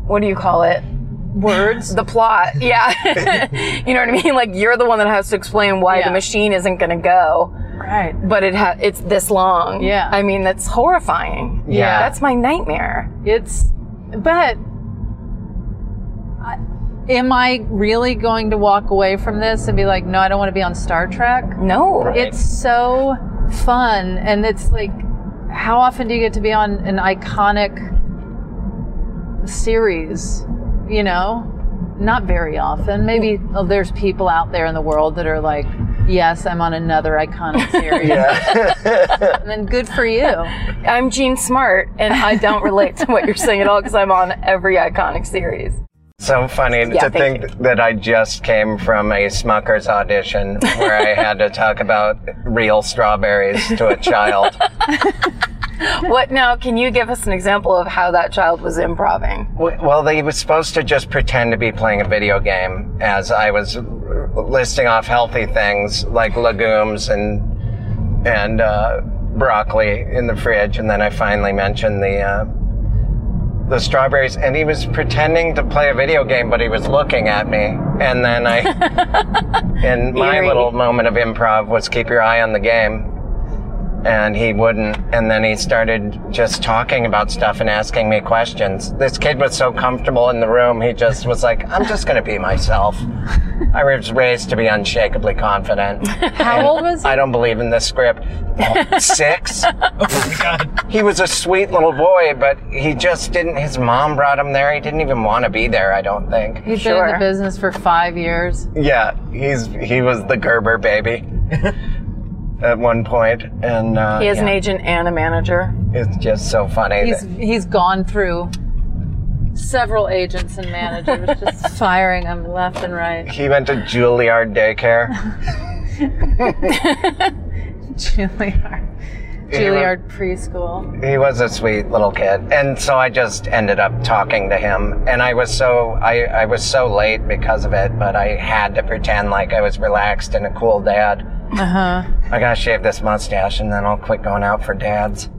what do you call it? Words. The plot. Yeah, you know what I mean. Like you're the one that has to explain why Yeah. the machine isn't going to go, Right. but it ha- it's this long. Yeah. I mean that's horrifying. Yeah. that's my nightmare. It's, but I- am I really going to walk away from this and be like, no, I don't want to be on Star Trek? No, It's so fun. And it's like, how often do you get to be on an iconic series? You know? Not very often. Maybe oh, there's people out there in the world that are like, yes, I'm on another iconic series. and then good for you. I'm Gene Smart, and I don't relate to what you're saying at all because I'm on every iconic series. So funny to thank think that I just came from a Smucker's audition where I had to talk about real strawberries to a child. What now? Can you give us an example of how that child was improving? W- Well, they was supposed to just pretend to be playing a video game as I was r- listing off healthy things like legumes and and uh, broccoli in the fridge, and then I finally mentioned the uh, the strawberries, and he was pretending to play a video game, but he was looking at me, and then I, and my Eerie. little moment of improv was keep your eye on the game. And he wouldn't. And then he started just talking about stuff and asking me questions. This kid was so comfortable in the room, he just was like, I'm just going to be myself. I was raised to be unshakably confident. How old was I don't believe in this script. Six? oh my god. He was a sweet little boy, but he just didn't. His mom brought him there. He didn't even want to be there. I don't think. He's been in Sure. the business for five years. Yeah, he's he was the Gerber baby at one point, and uh, He has an yeah, agent and a manager. it's just so funny. He's that- he's gone through several agents and managers just firing them left and right. He went to Juilliard daycare. Juilliard, Juilliard preschool. He was a sweet little kid, and so I just ended up talking to him. And I was so I, I was so late because of it, but I had to pretend like I was relaxed and a cool dad. Uh huh. I gotta shave this mustache, and then I'll quit going out for dads.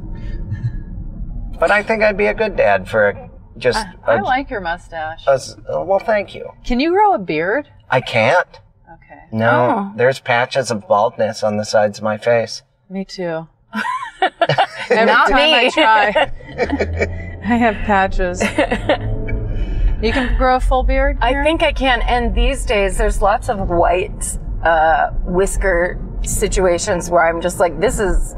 But I think I'd be a good dad for just. I Uh, a- like your mustache. a s- well, thank you. Can you grow a beard? I can't. Okay. Oh. No, there's patches of baldness on the sides of my face. Me too. Every Not time me. I try, I have patches. You can grow a full beard. I here? think I can. And these days, there's lots of white uh, whisker situations where I'm just like, this is.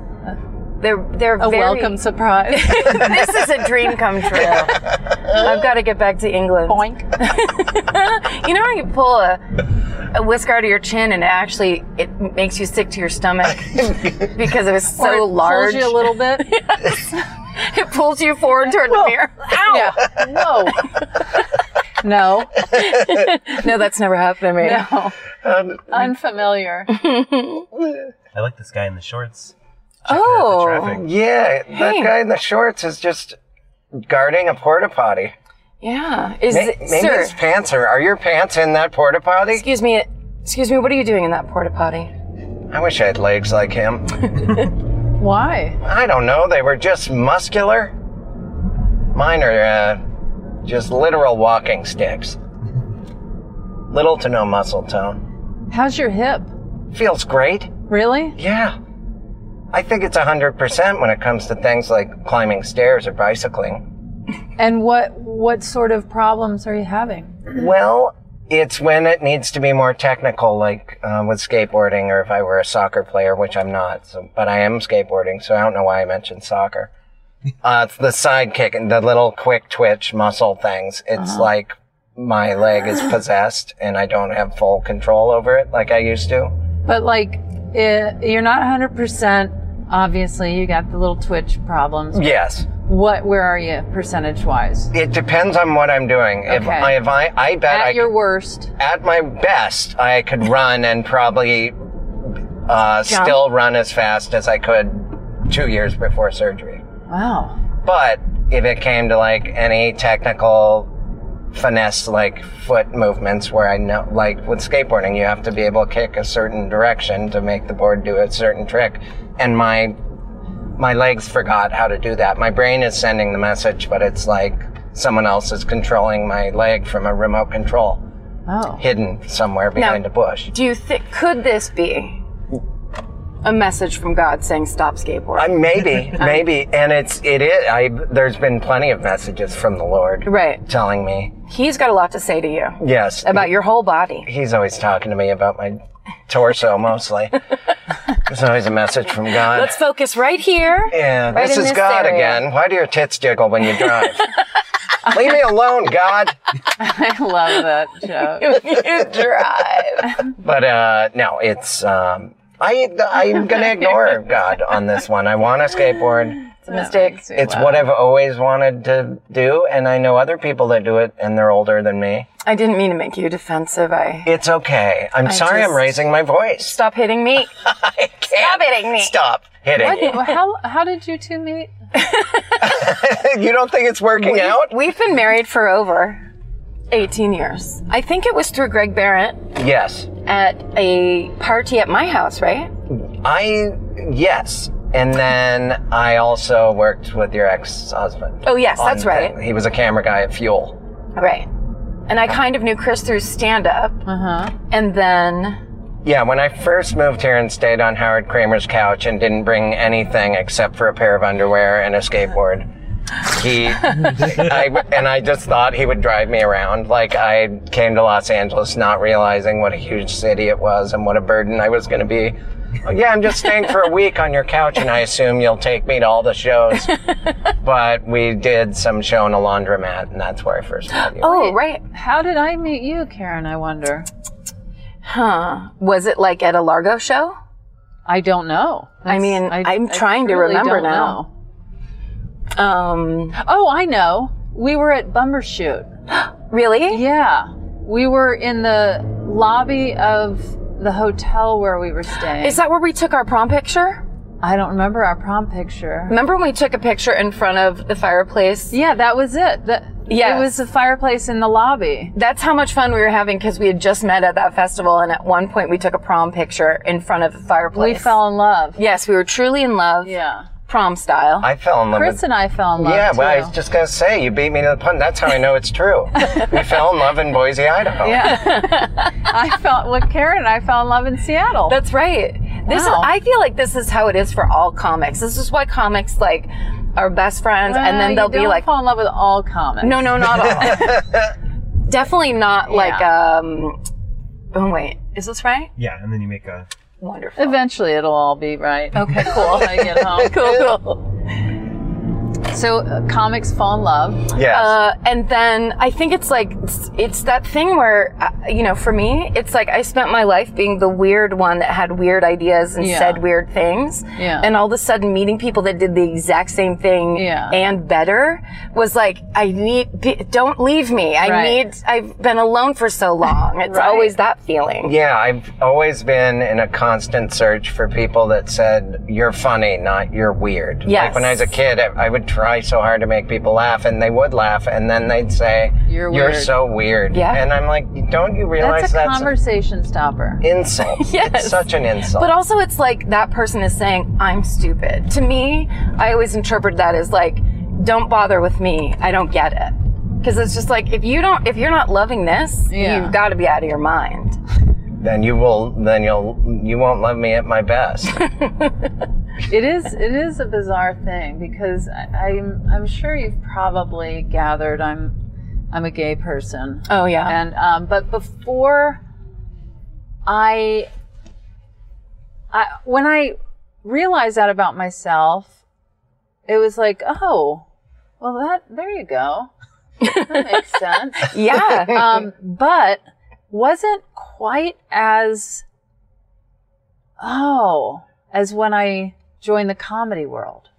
They're they're a very, welcome surprise. this is a dream come true. I've got to get back to England. Boink. You know how you pull a, a whisker out of your chin and it actually it makes you sick to your stomach because it was Or it so pulls Oh, large. you a little bit. it pulls you forward toward Well, the mirror. Ow! Yeah. No. No. No, that's never happened to me. No. Unfamiliar. I like this guy in the shorts. Oh, Traffic. Yeah, Hey. that guy in the shorts is just guarding a porta potty. yeah. Is May- it- Maybe sir? his pants are. Are your pants in that porta potty? Excuse me. Excuse me. What are you doing in that porta potty? I wish I had legs like him. Why? I don't know. They were just muscular. Mine are uh, just literal walking sticks. Little to no muscle tone. How's your hip? Feels great. Really? Yeah. I think it's 100% when it comes to things like climbing stairs or bicycling. And what what sort of problems are you having? Well, it's when it needs to be more technical, like uh, with skateboarding, or if I were a soccer player, which I'm not. So, but I am skateboarding, so I don't know why I mentioned soccer. Uh, it's the sidekick and the little quick twitch muscle things. It's Uh-huh. like my leg is possessed, and I don't have full control over it like I used to. But like, it, you're not 100. percent Obviously, you got the little twitch problems. Yes. What? Where are you percentage wise? It depends on what I'm doing. If Okay. I, if I, I bet At I your could- worst, at my best, I could run and probably uh, Jump. still run as fast as I could two years before surgery. wow. But if it came to like any technical finesse, like foot movements, where I know, like with skateboarding, you have to be able to kick a certain direction to make the board do a certain trick, and my my legs forgot how to do that. My brain is sending the message, but it's like someone else is controlling my leg from a remote control Oh, hidden somewhere behind a bush. Do you think could this be a message from God saying stop skateboarding? Uh, maybe, maybe, and it's it is. I there's been plenty of messages from the Lord, right. telling me He's got a lot to say to you yes. about your whole body. He's always talking to me about my torso mostly. There's always a message from God. Let's focus right here. yeah, right this in is this God area. again. Why do your tits jiggle when you drive? Leave me alone, God. I love that joke. you drive. But uh, no, it's um, I I'm gonna ignore God on this one. I want a skateboard. It's a mistake. It's what I've always wanted to do, and I know other people that do it, and they're older than me. I didn't mean to make you defensive. I It's okay. I'm sorry I'm just- raising my voice. stop hitting me. Stop hitting me. Stop hitting Well, how how did you two meet? me. you don't think it's working out? We've been married for over 18 years. I think it was through Greg Barrett Yes. at a party at my house, right? I, yes. And then I also worked with your ex-husband. Oh, yes, on that's right. thing. He was a camera guy at Fuel. Right. And I kind of knew Chris through stand up. Uh huh. And then, Yeah, when I first moved here and stayed on Howard Kramer's couch and didn't bring anything except for a pair of underwear and a skateboard, he I, and I just thought he would drive me around. Like I came to Los Angeles not realizing what a huge city it was and what a burden I was going to be. Oh, yeah, I'm just staying for a week on your couch, and I assume you'll take me to all the shows. but we did some show in a laundromat, and that's where I first met you. oh, right. How did I meet you, Karen? I wonder. Huh. Was it like at a Largo show? I don't know. I mean, I'm trying to truly remember don't now. Um, know. Oh, I know. we were at Bumbershoot. Really? Yeah. We were in the lobby of the hotel where we were staying. Is that where we took our prom picture? I don't remember our prom picture. Remember when we took a picture in front of the fireplace? Yeah, that was it. That, Yes. It was the fireplace in the lobby. That's how much fun we were having because we had just met at that festival, and at one point we took a prom picture in front of the We fireplace. fell in love. Yes, we were truly in love, Yeah. prom style. I fell in love Chris with. and I fell in love. Yeah, well, I too. was just gonna say you beat me to the pun. That's how I know it's true. we fell in love in Boise, Idaho. Yeah. I felt with Karen and I fell in love in Seattle. That's right. This Wow. is, I feel like this is how it is for all comics. This is why comics like are best friends, and Well, then Uh, you they'll be don't like, fall in love with all comics. no, no, not all. Definitely not like um. Oh wait, is this right? Yeah, and then you make a. Wonderful. Eventually it'll all be right. Okay, cool. When I get home. cool, cool. So uh, comics fall in love. Yes. Uh, and then I think it's like it's, it's that thing where uh, you know, for me, it's like I spent my life being the weird one that had weird ideas and Yeah. said weird things. Yeah. And all of a sudden, meeting people that did the exact same thing Yeah. and better was like, I need. p- Don't leave me. I Right. need. I've been alone for so long. It's Right. always that feeling. yeah, I've always been in a constant search for people that said, you're funny, not you're weird. Yes. Like when I was a kid, I, I would try so hard to make people laugh, and they would laugh, and then they'd say, You're weird." so weird. Yeah. And I'm like, don't you realize That's that's, a conversation stopper. an insult? Yes. It's such an insult. But also, it's like that person is saying, I'm stupid. To me, I always interpret that as like, don't bother with me. I don't get it. Because it's just like, if you don't, if you're not loving this, Yeah. you've got to be out of your mind. then you will, then you'll, you won't love me at my best. It is it is a bizarre thing because I, I'm I'm sure you've probably gathered I'm I'm a gay person Oh, yeah. and um, but before I, I when I realized that about myself, it was like oh well that there you go that makes sense yeah. um, but wasn't quite as oh as when I joined the comedy world.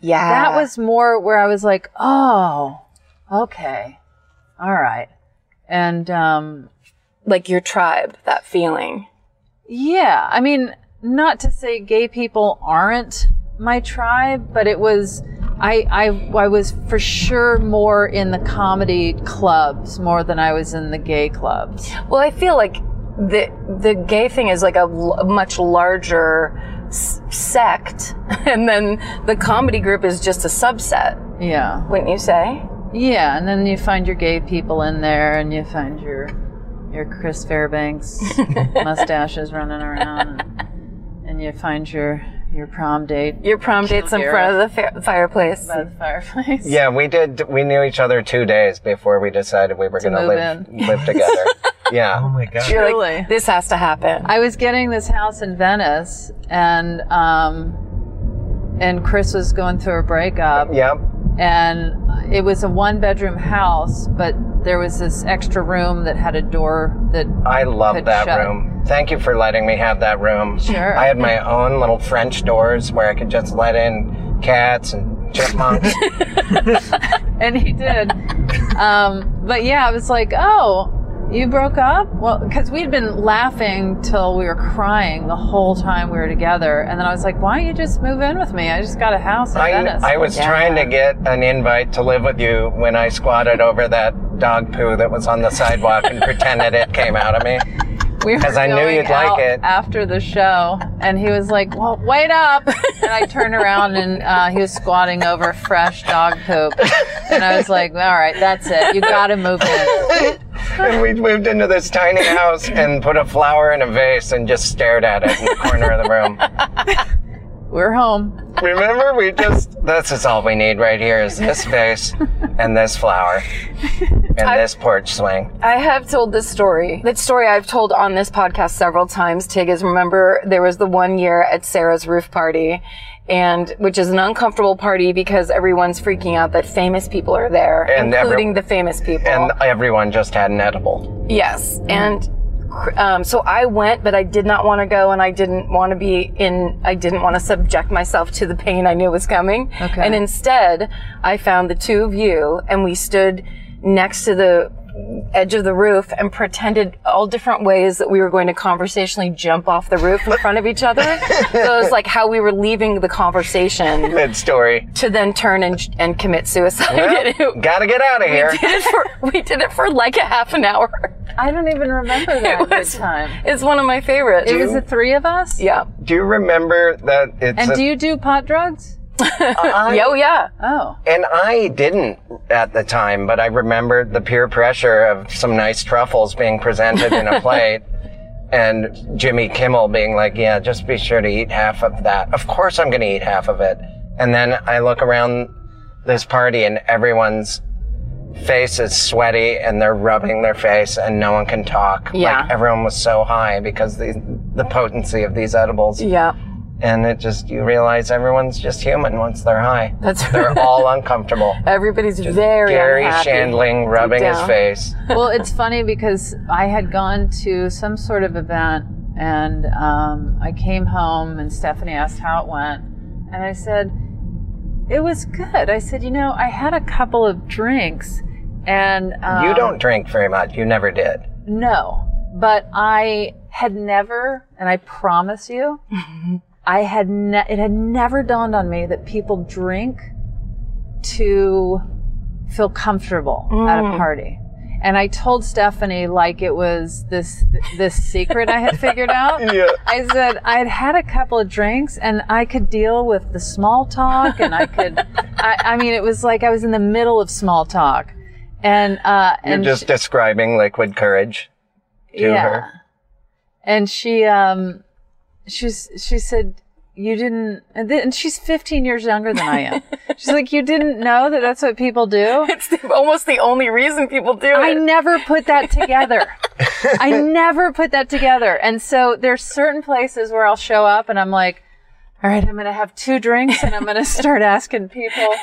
Yeah. That was more where I was like, oh, okay, all right, and um, like your tribe, that feeling. yeah. I mean, not to say gay people aren't my tribe, but it was. I, I, I was for sure more in the comedy clubs more than I was in the gay clubs. Well, I feel like the the gay thing is like a l- much larger s- sect, and then the comedy group is just a subset, Yeah. wouldn't you say? Yeah, and then you find your gay people in there, and you find your your Chris Fairbanks mustaches running around, and, and you find your your prom date Your prom dates in Kildare. front of the fa- fireplace. by the fireplace. Yeah, we did. We knew each other two days before we decided we were going to move live live together. Oh yeah, my god. You're like, Truly. this has to happen. I was getting this house in Venice, and um, and Chris was going through a breakup, yep. and it was a one bedroom house, but there was this extra room that had a door that I love Could that shut. room. Thank you for letting me have that room. Sure. I had my own little French doors where I could just let in cats and chipmunks. and he did. um, but yeah, I was like, oh, you broke up? Well, because we'd been laughing till we were crying the whole time we were together. And then I was like, why don't you just move in with me? I just got a house in I, Venice. I was Yeah. trying to get an invite to live with you when I squatted over that dog poo that was on the sidewalk and pretended it came out of me. we were 'cause I knew going you'd like out it. After the show. And he was like, well, wait up. And I turned around and uh, he was squatting over fresh dog poop. And I was like, all right, that's it. You got to move in. And we moved into this tiny house and put a flower in a vase and just stared at it in the corner of the room. We're home. Remember, we just, this is all we need right here is this vase and this flower and this porch swing. I have told this story. That story I've told on this podcast several times. Tig is remember there was the one year at Sarah's roof party and which is an uncomfortable party because everyone's freaking out that famous people are there, And every- including the famous people. And everyone just had an edible. yes. And cr- um, so I went, but I did not want to go, and I didn't want to be in. I didn't want to subject myself to the pain I knew was coming. Okay. And instead, I found the two of you, and we stood next to the edge of the roof and pretended all different ways that we were going to conversationally jump off the roof in front of each other. so it was like how we were leaving the conversation Good story. to then turn and, and commit suicide. And Gotta get out of here. it- we did it for we did it for like a half an hour. I don't even remember that It good was- time. It's one of my favorites. It was the three of us. yeah. Do you remember that it's And a- do you do pot drugs? I- Yeah, oh yeah. Oh, And I didn't at the time, but I remembered the peer pressure of some nice truffles being presented in a plate and Jimmy Kimmel being like, yeah, just be sure to eat half of that. Of course I'm going to eat half of it. And then I look around this party and everyone's face is sweaty and they're rubbing their face and no one can talk. Yeah. Like everyone was so high because the, the potency of these edibles. Yeah. And it just, you realize everyone's just human once they're high. That's They're all uncomfortable. everybody's very Gary unhappy. Shandling rubbing his down. face. well, it's funny because I had gone to some sort of event and um, I came home and Stephanie asked how it went. And I said, it was good. I said, you know, I had a couple of drinks and. Um, you don't drink very much. You never did. No, but I had never, and I promise you, I had ne- it had never dawned on me that people drink to feel comfortable at Mm. a party. And I told Stephanie like it was this this secret I had figured out. I said I'd had a couple of drinks and I could deal with the small talk, and I could. I, I mean, it was like I was in the middle of small talk, and uh, You're and just describing liquid courage to her. and she um she's she said you didn't and, th- and she's 15 years younger than i am she's like you didn't know that that's what people do It's the, almost the only reason people do i it. never put that together i never put that together and so there's certain places where i'll show up and i'm like all right i'm gonna have two drinks and i'm gonna start asking people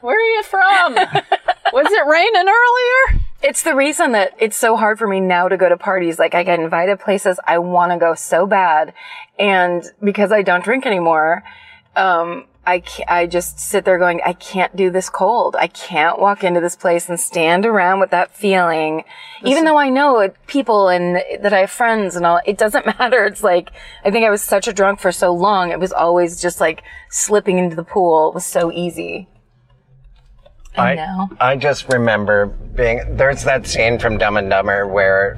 where are you from was it raining earlier It's the reason that it's so hard for me now to go to parties. Like I get invited places I want to go so bad, and because I don't drink anymore, um, I ca- I just sit there going, I can't do this cold. I can't walk into this place and stand around with that feeling, even though I know it, people and that I have friends and all. It doesn't matter. It's like I think I was such a drunk for so long. It was always just like slipping into the pool was so easy. I, know. I just remember being there's that scene from Dumb and Dumber where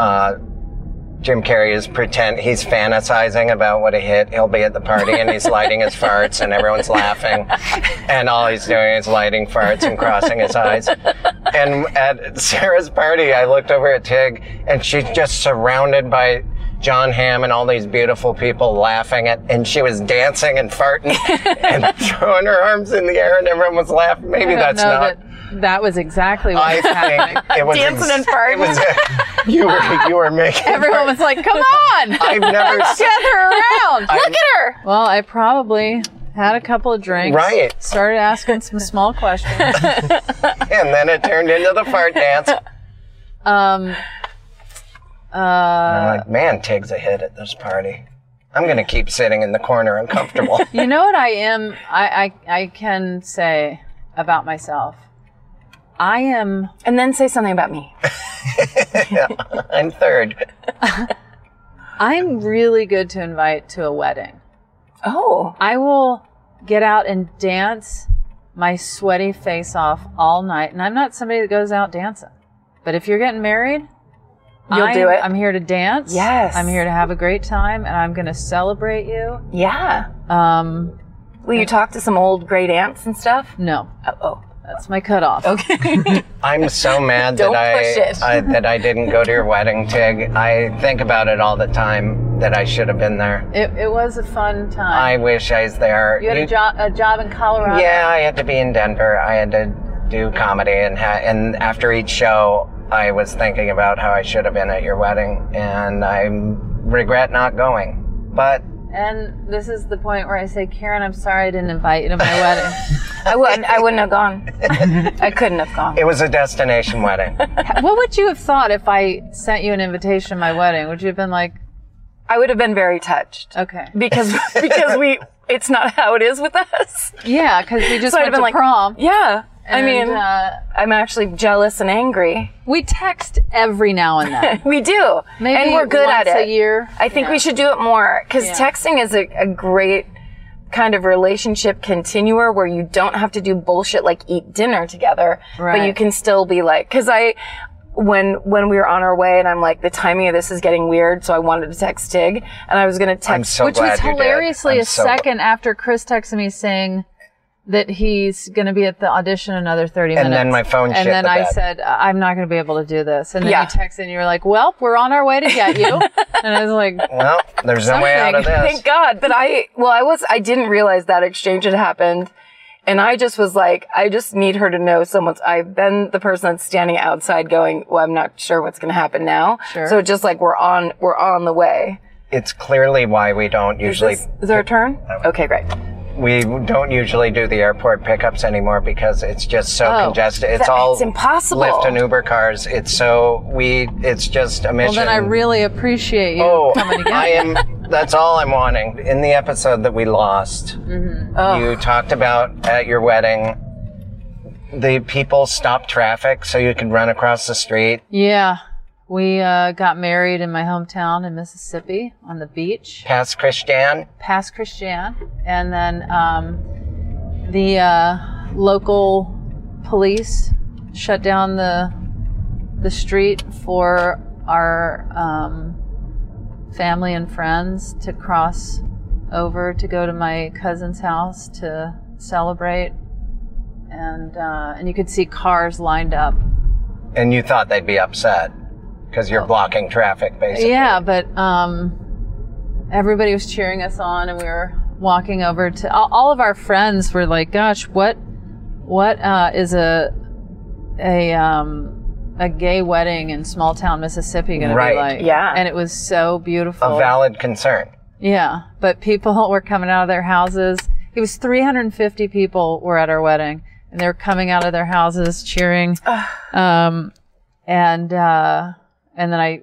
uh, Jim Carrey is pretend he's fantasizing about what a hit he'll be at the party and he's lighting his farts and everyone's laughing and all he's doing is lighting farts and crossing his eyes. And at Sarah's party, I looked over at Tig and she's just surrounded by. John Hamm and all these beautiful people laughing at, and she was dancing and farting and throwing her arms in the air, and everyone was laughing. Maybe I don't that's know not. that that was exactly what I was happening think it was Dancing and it was- you were you were making. everyone was like come on I've never seen. get her around. Look at Sure. Well, I probably had a couple of drinks. Right. Started asking some small questions. And then it turned into the fart dance. Um, I'm like, man, Tig's a hit at this party. I'm gonna keep sitting in the corner uncomfortable. you know what I am? I, I I can say about myself. I am. And then say something about me. I'm third. I'm really good to invite to a wedding. Oh. I will get out and dance my sweaty face off all night, and I'm not somebody that goes out dancing. But if you're getting married, You'll I'm- do it. I'm here to dance. Yes. I'm here to have a great time, and I'm going to celebrate you. Yeah. Um, Will you talk to some old great aunts and stuff? no, Oh, oh. that's my cutoff. Okay. I'm so mad Don't that I, push it. I that I didn't go to your wedding, Tig. I think about it all the time that I should have been there. It, it was a fun time. I wish I was there. you had a job a job in Colorado. Yeah, I had to be in Denver. I had to do comedy, and ha- and after each show, I was thinking about how I should have been at your wedding, and I regret not going. But And this is the point where I say, Karen, I'm sorry I didn't invite you to my wedding. I wouldn't. I wouldn't have gone. I couldn't have gone. It was a destination wedding. What would you have thought if I sent you an invitation to my wedding? Would you have been like, I would have been very touched okay, because because we. It's not how it is with us. yeah, because we just So I'd have went to been like, prom. Yeah. I and, mean, uh, I'm actually jealous and angry. we text every now and then. We do, Maybe and we're good once at it. a year. I think we should do it more because Yeah. texting is a, a great kind of relationship continuer where you don't have to do bullshit like eat dinner together, but Right. you can still be like, because I, when when we were on our way and I'm like, the timing of this is getting weird, so I wanted to text Tig and I was gonna I'm text. so Which glad was you did. hilariously I'm a so- second after Chris texted me saying that he's going to be at the audition another 30 minutes. And then my phone shit And then the I bed. said, "I- I'm not going to be able to do this. And then Yeah. you texted and you were like, well, we're on our way to get you. and I was like, Well, there's no way out of Something. this. Thank God, but I well, I was I didn't realize that exchange had happened. And I just was like, I just need her to know someone's. I've been the person that's standing outside, going, "Well, I'm not sure what's going to happen now." Sure. So just like we're on, we're on the way. It's clearly why we don't usually Is, is there a turn? Okay, great. we don't usually do the airport pickups anymore because it's just so Oh. congested. It's That- all it's impossible. Lyft and Uber cars. It's so we. It's just a well, mission. then I really appreciate you Oh, coming to get I me. am. That's all I'm wanting. In the episode that we lost, Mm-hmm. Oh. you talked about at your wedding, the people stopped traffic so you could run across the street. Yeah. We uh, got married in my hometown in Mississippi on the beach, Past Christian, past Christian. And then um, the uh, local police shut down the, the street for our um, family and friends to cross over to go to my cousin's house to celebrate. And, uh, and you could see cars lined up and you thought they'd be upset because you're blocking traffic, basically. Yeah, but um, everybody was cheering us on, and we were walking over to all, all of our friends were like, "Gosh, what, what uh, is a a um, a gay wedding in small town Mississippi going to Right. be like?" Yeah. and it was so beautiful. A valid concern. yeah, but people were coming out of their houses. It was 350 people were at our wedding, and they were coming out of their houses cheering. um, and uh, and then I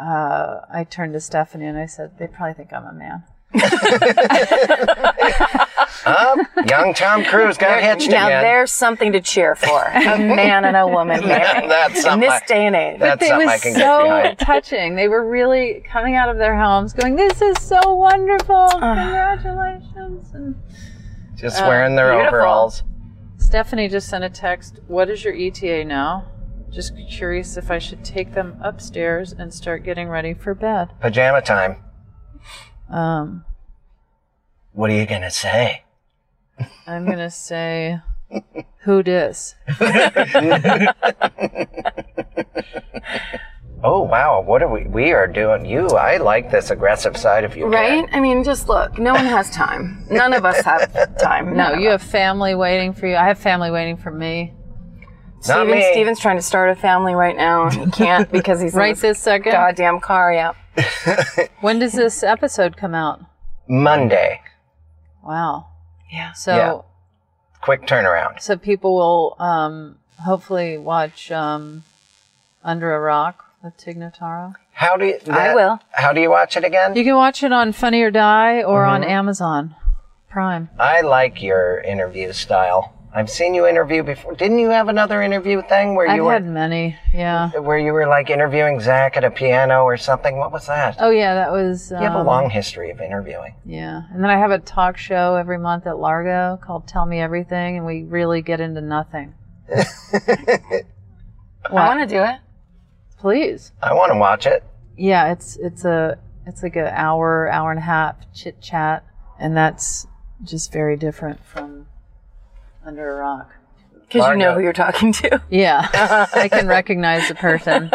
uh, I turned to Stephanie and I said, "They probably think I'm a man." Young Tom Cruise got hitched Now again. there's something to cheer for: a man and a woman marrying that's in something this I- day and age. That's it something was I can get so behind. touching. They were really coming out of their homes, going, "This is so wonderful! Congratulations!" And Just wearing uh, their beautiful. overalls. Stephanie just sent a text. What is your ETA now? Just curious if I should take them upstairs and start getting ready for bed. Pajama time. Um, What are you going to say? I'm gonna say, who dis? Oh, wow. What are we? We are doing you. I like this aggressive side of you. Karen. Right? I mean, just look. No one has time. None of us have time. No, you have family waiting for you. I have family waiting for me Not Steven, me. Steven's trying to start a family right now. He can't because he's in right this second. goddamn car. Yeah. When does this episode come out? Monday. Wow. Yeah. So, Yeah. Quick turnaround. so people will um, hopefully watch um, Under a Rock with Tig Notaro. How do you, that- will. How do you watch it again? You can watch it on Funny or Die or on Amazon Prime. I like your interview style. I've seen you interview before. Didn't you have another interview thing where you I've were had many. Yeah. where you were like interviewing Zach at a piano or something? What was that? Oh yeah, that was. Um, you have a long history of interviewing. yeah, and then I have a talk show every month at Largo called "Tell Me Everything," and we really get into nothing. I want to do it. Please. I want to watch it. Yeah, it's it's a it's like an hour hour and a half chit chat, and that's just very different from Under a Rock. Because you know Largo. who you're talking to. Yeah, I can recognize the person.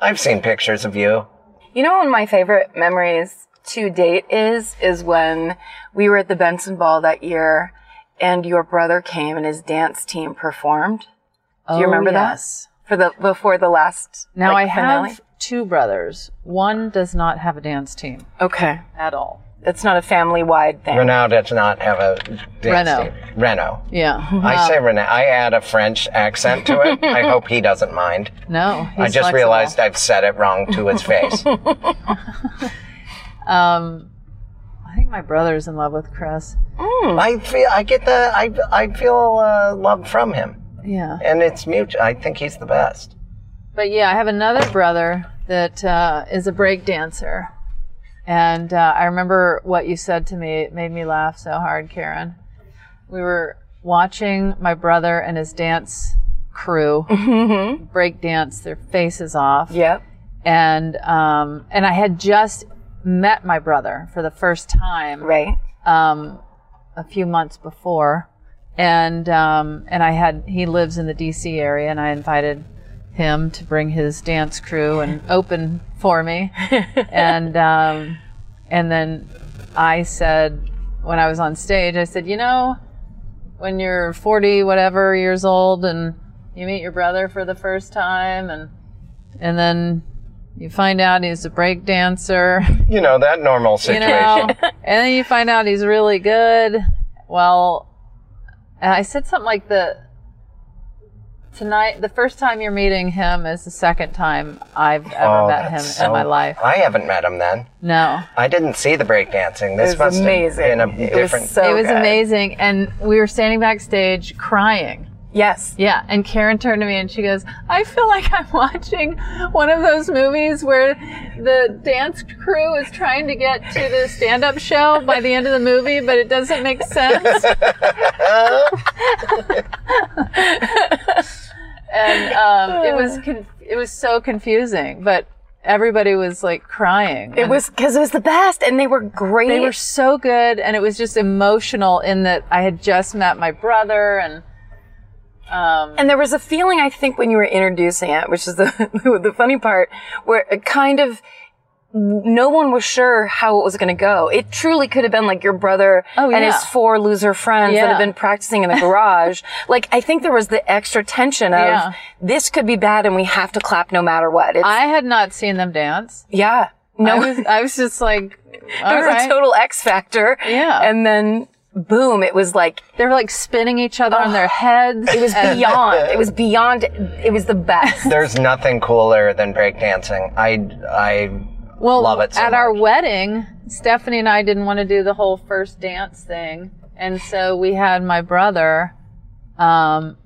I've seen pictures of you. You know, one of my favorite memories to date is, is when we were at the Benson Ball that year and your brother came and his dance team performed Do you remember that? Oh, yes. for the, before the last. Now like, I have finale. two brothers. One does not have a dance team Okay. at all. It's not a family-wide thing. Renault does not have a dance Renault. name. Renault. Yeah. I say Renault. I add a French accent to it. I hope he doesn't mind. No. He's I just flexible. realized I've said it wrong to his face. Um, I think my brother's in love with Chris. I feel I get the I I feel uh, love from him, Yeah. and it's mutual. I think he's the best. But yeah, I have another brother that uh, is a break dancer. And uh, I remember what you said to me. It made me laugh so hard, Karen. We were watching my brother and his dance crew Mm-hmm. break dance their faces off. Yep. And, um, and I had just met my brother for the first time Right. um, a few months before, and um, and I had he lives in the D.C. area, and I invited him to bring his dance crew and open for me, and um, and then I said when I was on stage, I said, you know, when you're 40 whatever years old and you meet your brother for the first time, and and then you find out he's a break dancer You know that normal you situation. know, and then you find out he's really good. Well, and I said something like the tonight, the first time you're meeting him is the second time I've ever Oh, met him that's in so- my life. I haven't met him then. No, I didn't see the breakdancing. This It was must amazing. have been a It was different. so it was good. amazing, and we were standing backstage crying. Yes. Yeah, and Karen turned to me and she goes, "I feel like I'm watching one of those movies where the dance crew is trying to get to the stand-up show by the end of the movie, but it doesn't make sense." and um, it was con- it was so confusing, but everybody was like crying. It was because it was the best, and they were great. They were so good, and it was just emotional in that I had just met my brother and. Um, and there was a feeling I think when you were introducing it, which is the the funny part, where it kind of no one was sure how it was going to go. It truly could have been like your brother Oh, and yeah. his four loser friends that have Yeah. been practicing in the garage. like I think there was the extra tension of Yeah. this could be bad, and we have to clap no matter what. It's, I had not seen them dance. yeah, I no, was, I was just like, all there was right. a total X factor. Yeah. and then boom, it was like they were like spinning each other on their heads. It was beyond. it was beyond. It was the best. There's nothing cooler than breakdancing. I I well, love it so at our much. wedding, Stephanie and I didn't want to do the whole first dance thing, and so we had my brother um,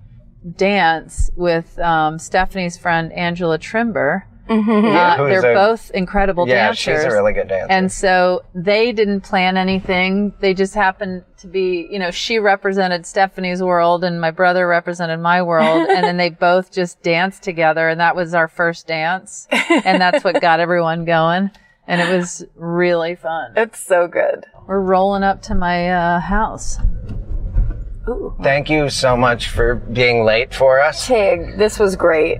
dance with um, Stephanie's friend Angela Trimber. Uh, who's they're a- both incredible yeah, dancers. she's a really good dancer. And so they didn't plan anything. They just happened to be, you know, she represented Stephanie's world and my brother represented my world. and then they both just danced together. And that was our first dance. And that's what got everyone going. And it was really fun. It's so good. We're rolling up to my uh, house. Thank you so much for being late for us. Tig, this was great.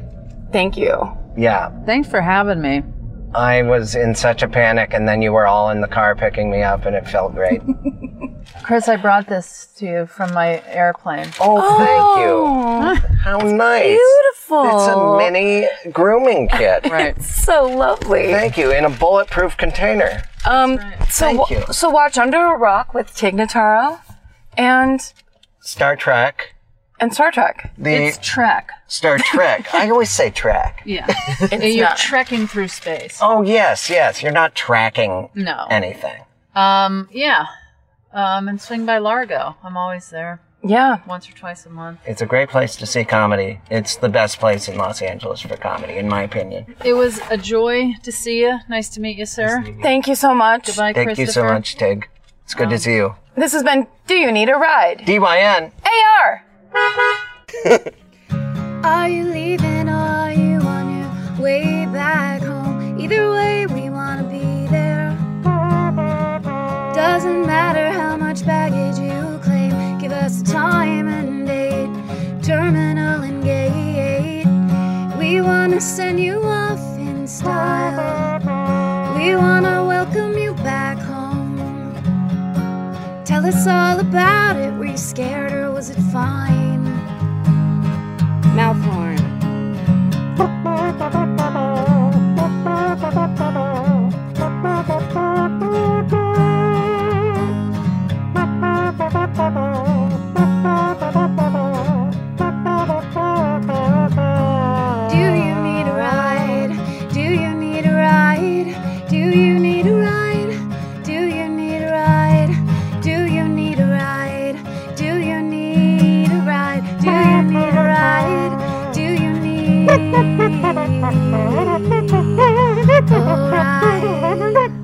Thank you. Yeah, Thanks for having me. I was in such a panic, and then you were all in the car picking me up, and it felt great. Chris, I brought this to you from my airplane. Oh, Oh. thank you. How nice. Beautiful. It's a mini grooming kit. Right. so lovely. Thank you. In a bulletproof container. um, so Thank wa- you. so watch Under a Rock with Tig Notaro and Star Trek. and Star Trek. The it's Trek. Star Trek. I always say Trek. Yeah. You're not- trekking through space. Oh yes, yes. You're not tracking No. anything. Um, yeah. Um, and swing by Largo. I'm always there Yeah. once or twice a month. It's a great place to see comedy. It's the best place in Los Angeles for comedy, in my opinion. It was a joy to see you. Nice to meet you, sir. Thank you so much. Goodbye, Thank you so Christopher. Um, much, Tig. It's good to see you. This has been Do You Need a Ride? DYN. AR. Are you leaving or are you on your way back home? Either way, we wanna be there. Doesn't matter how much baggage you claim, give us a time and date, terminal and gate. We wanna send you off in style. We wanna welcome you back home. Tell us all about it. Were you scared or was it fine? mouth horn.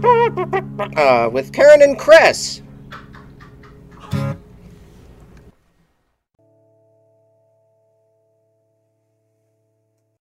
uh, with Karen and Chris.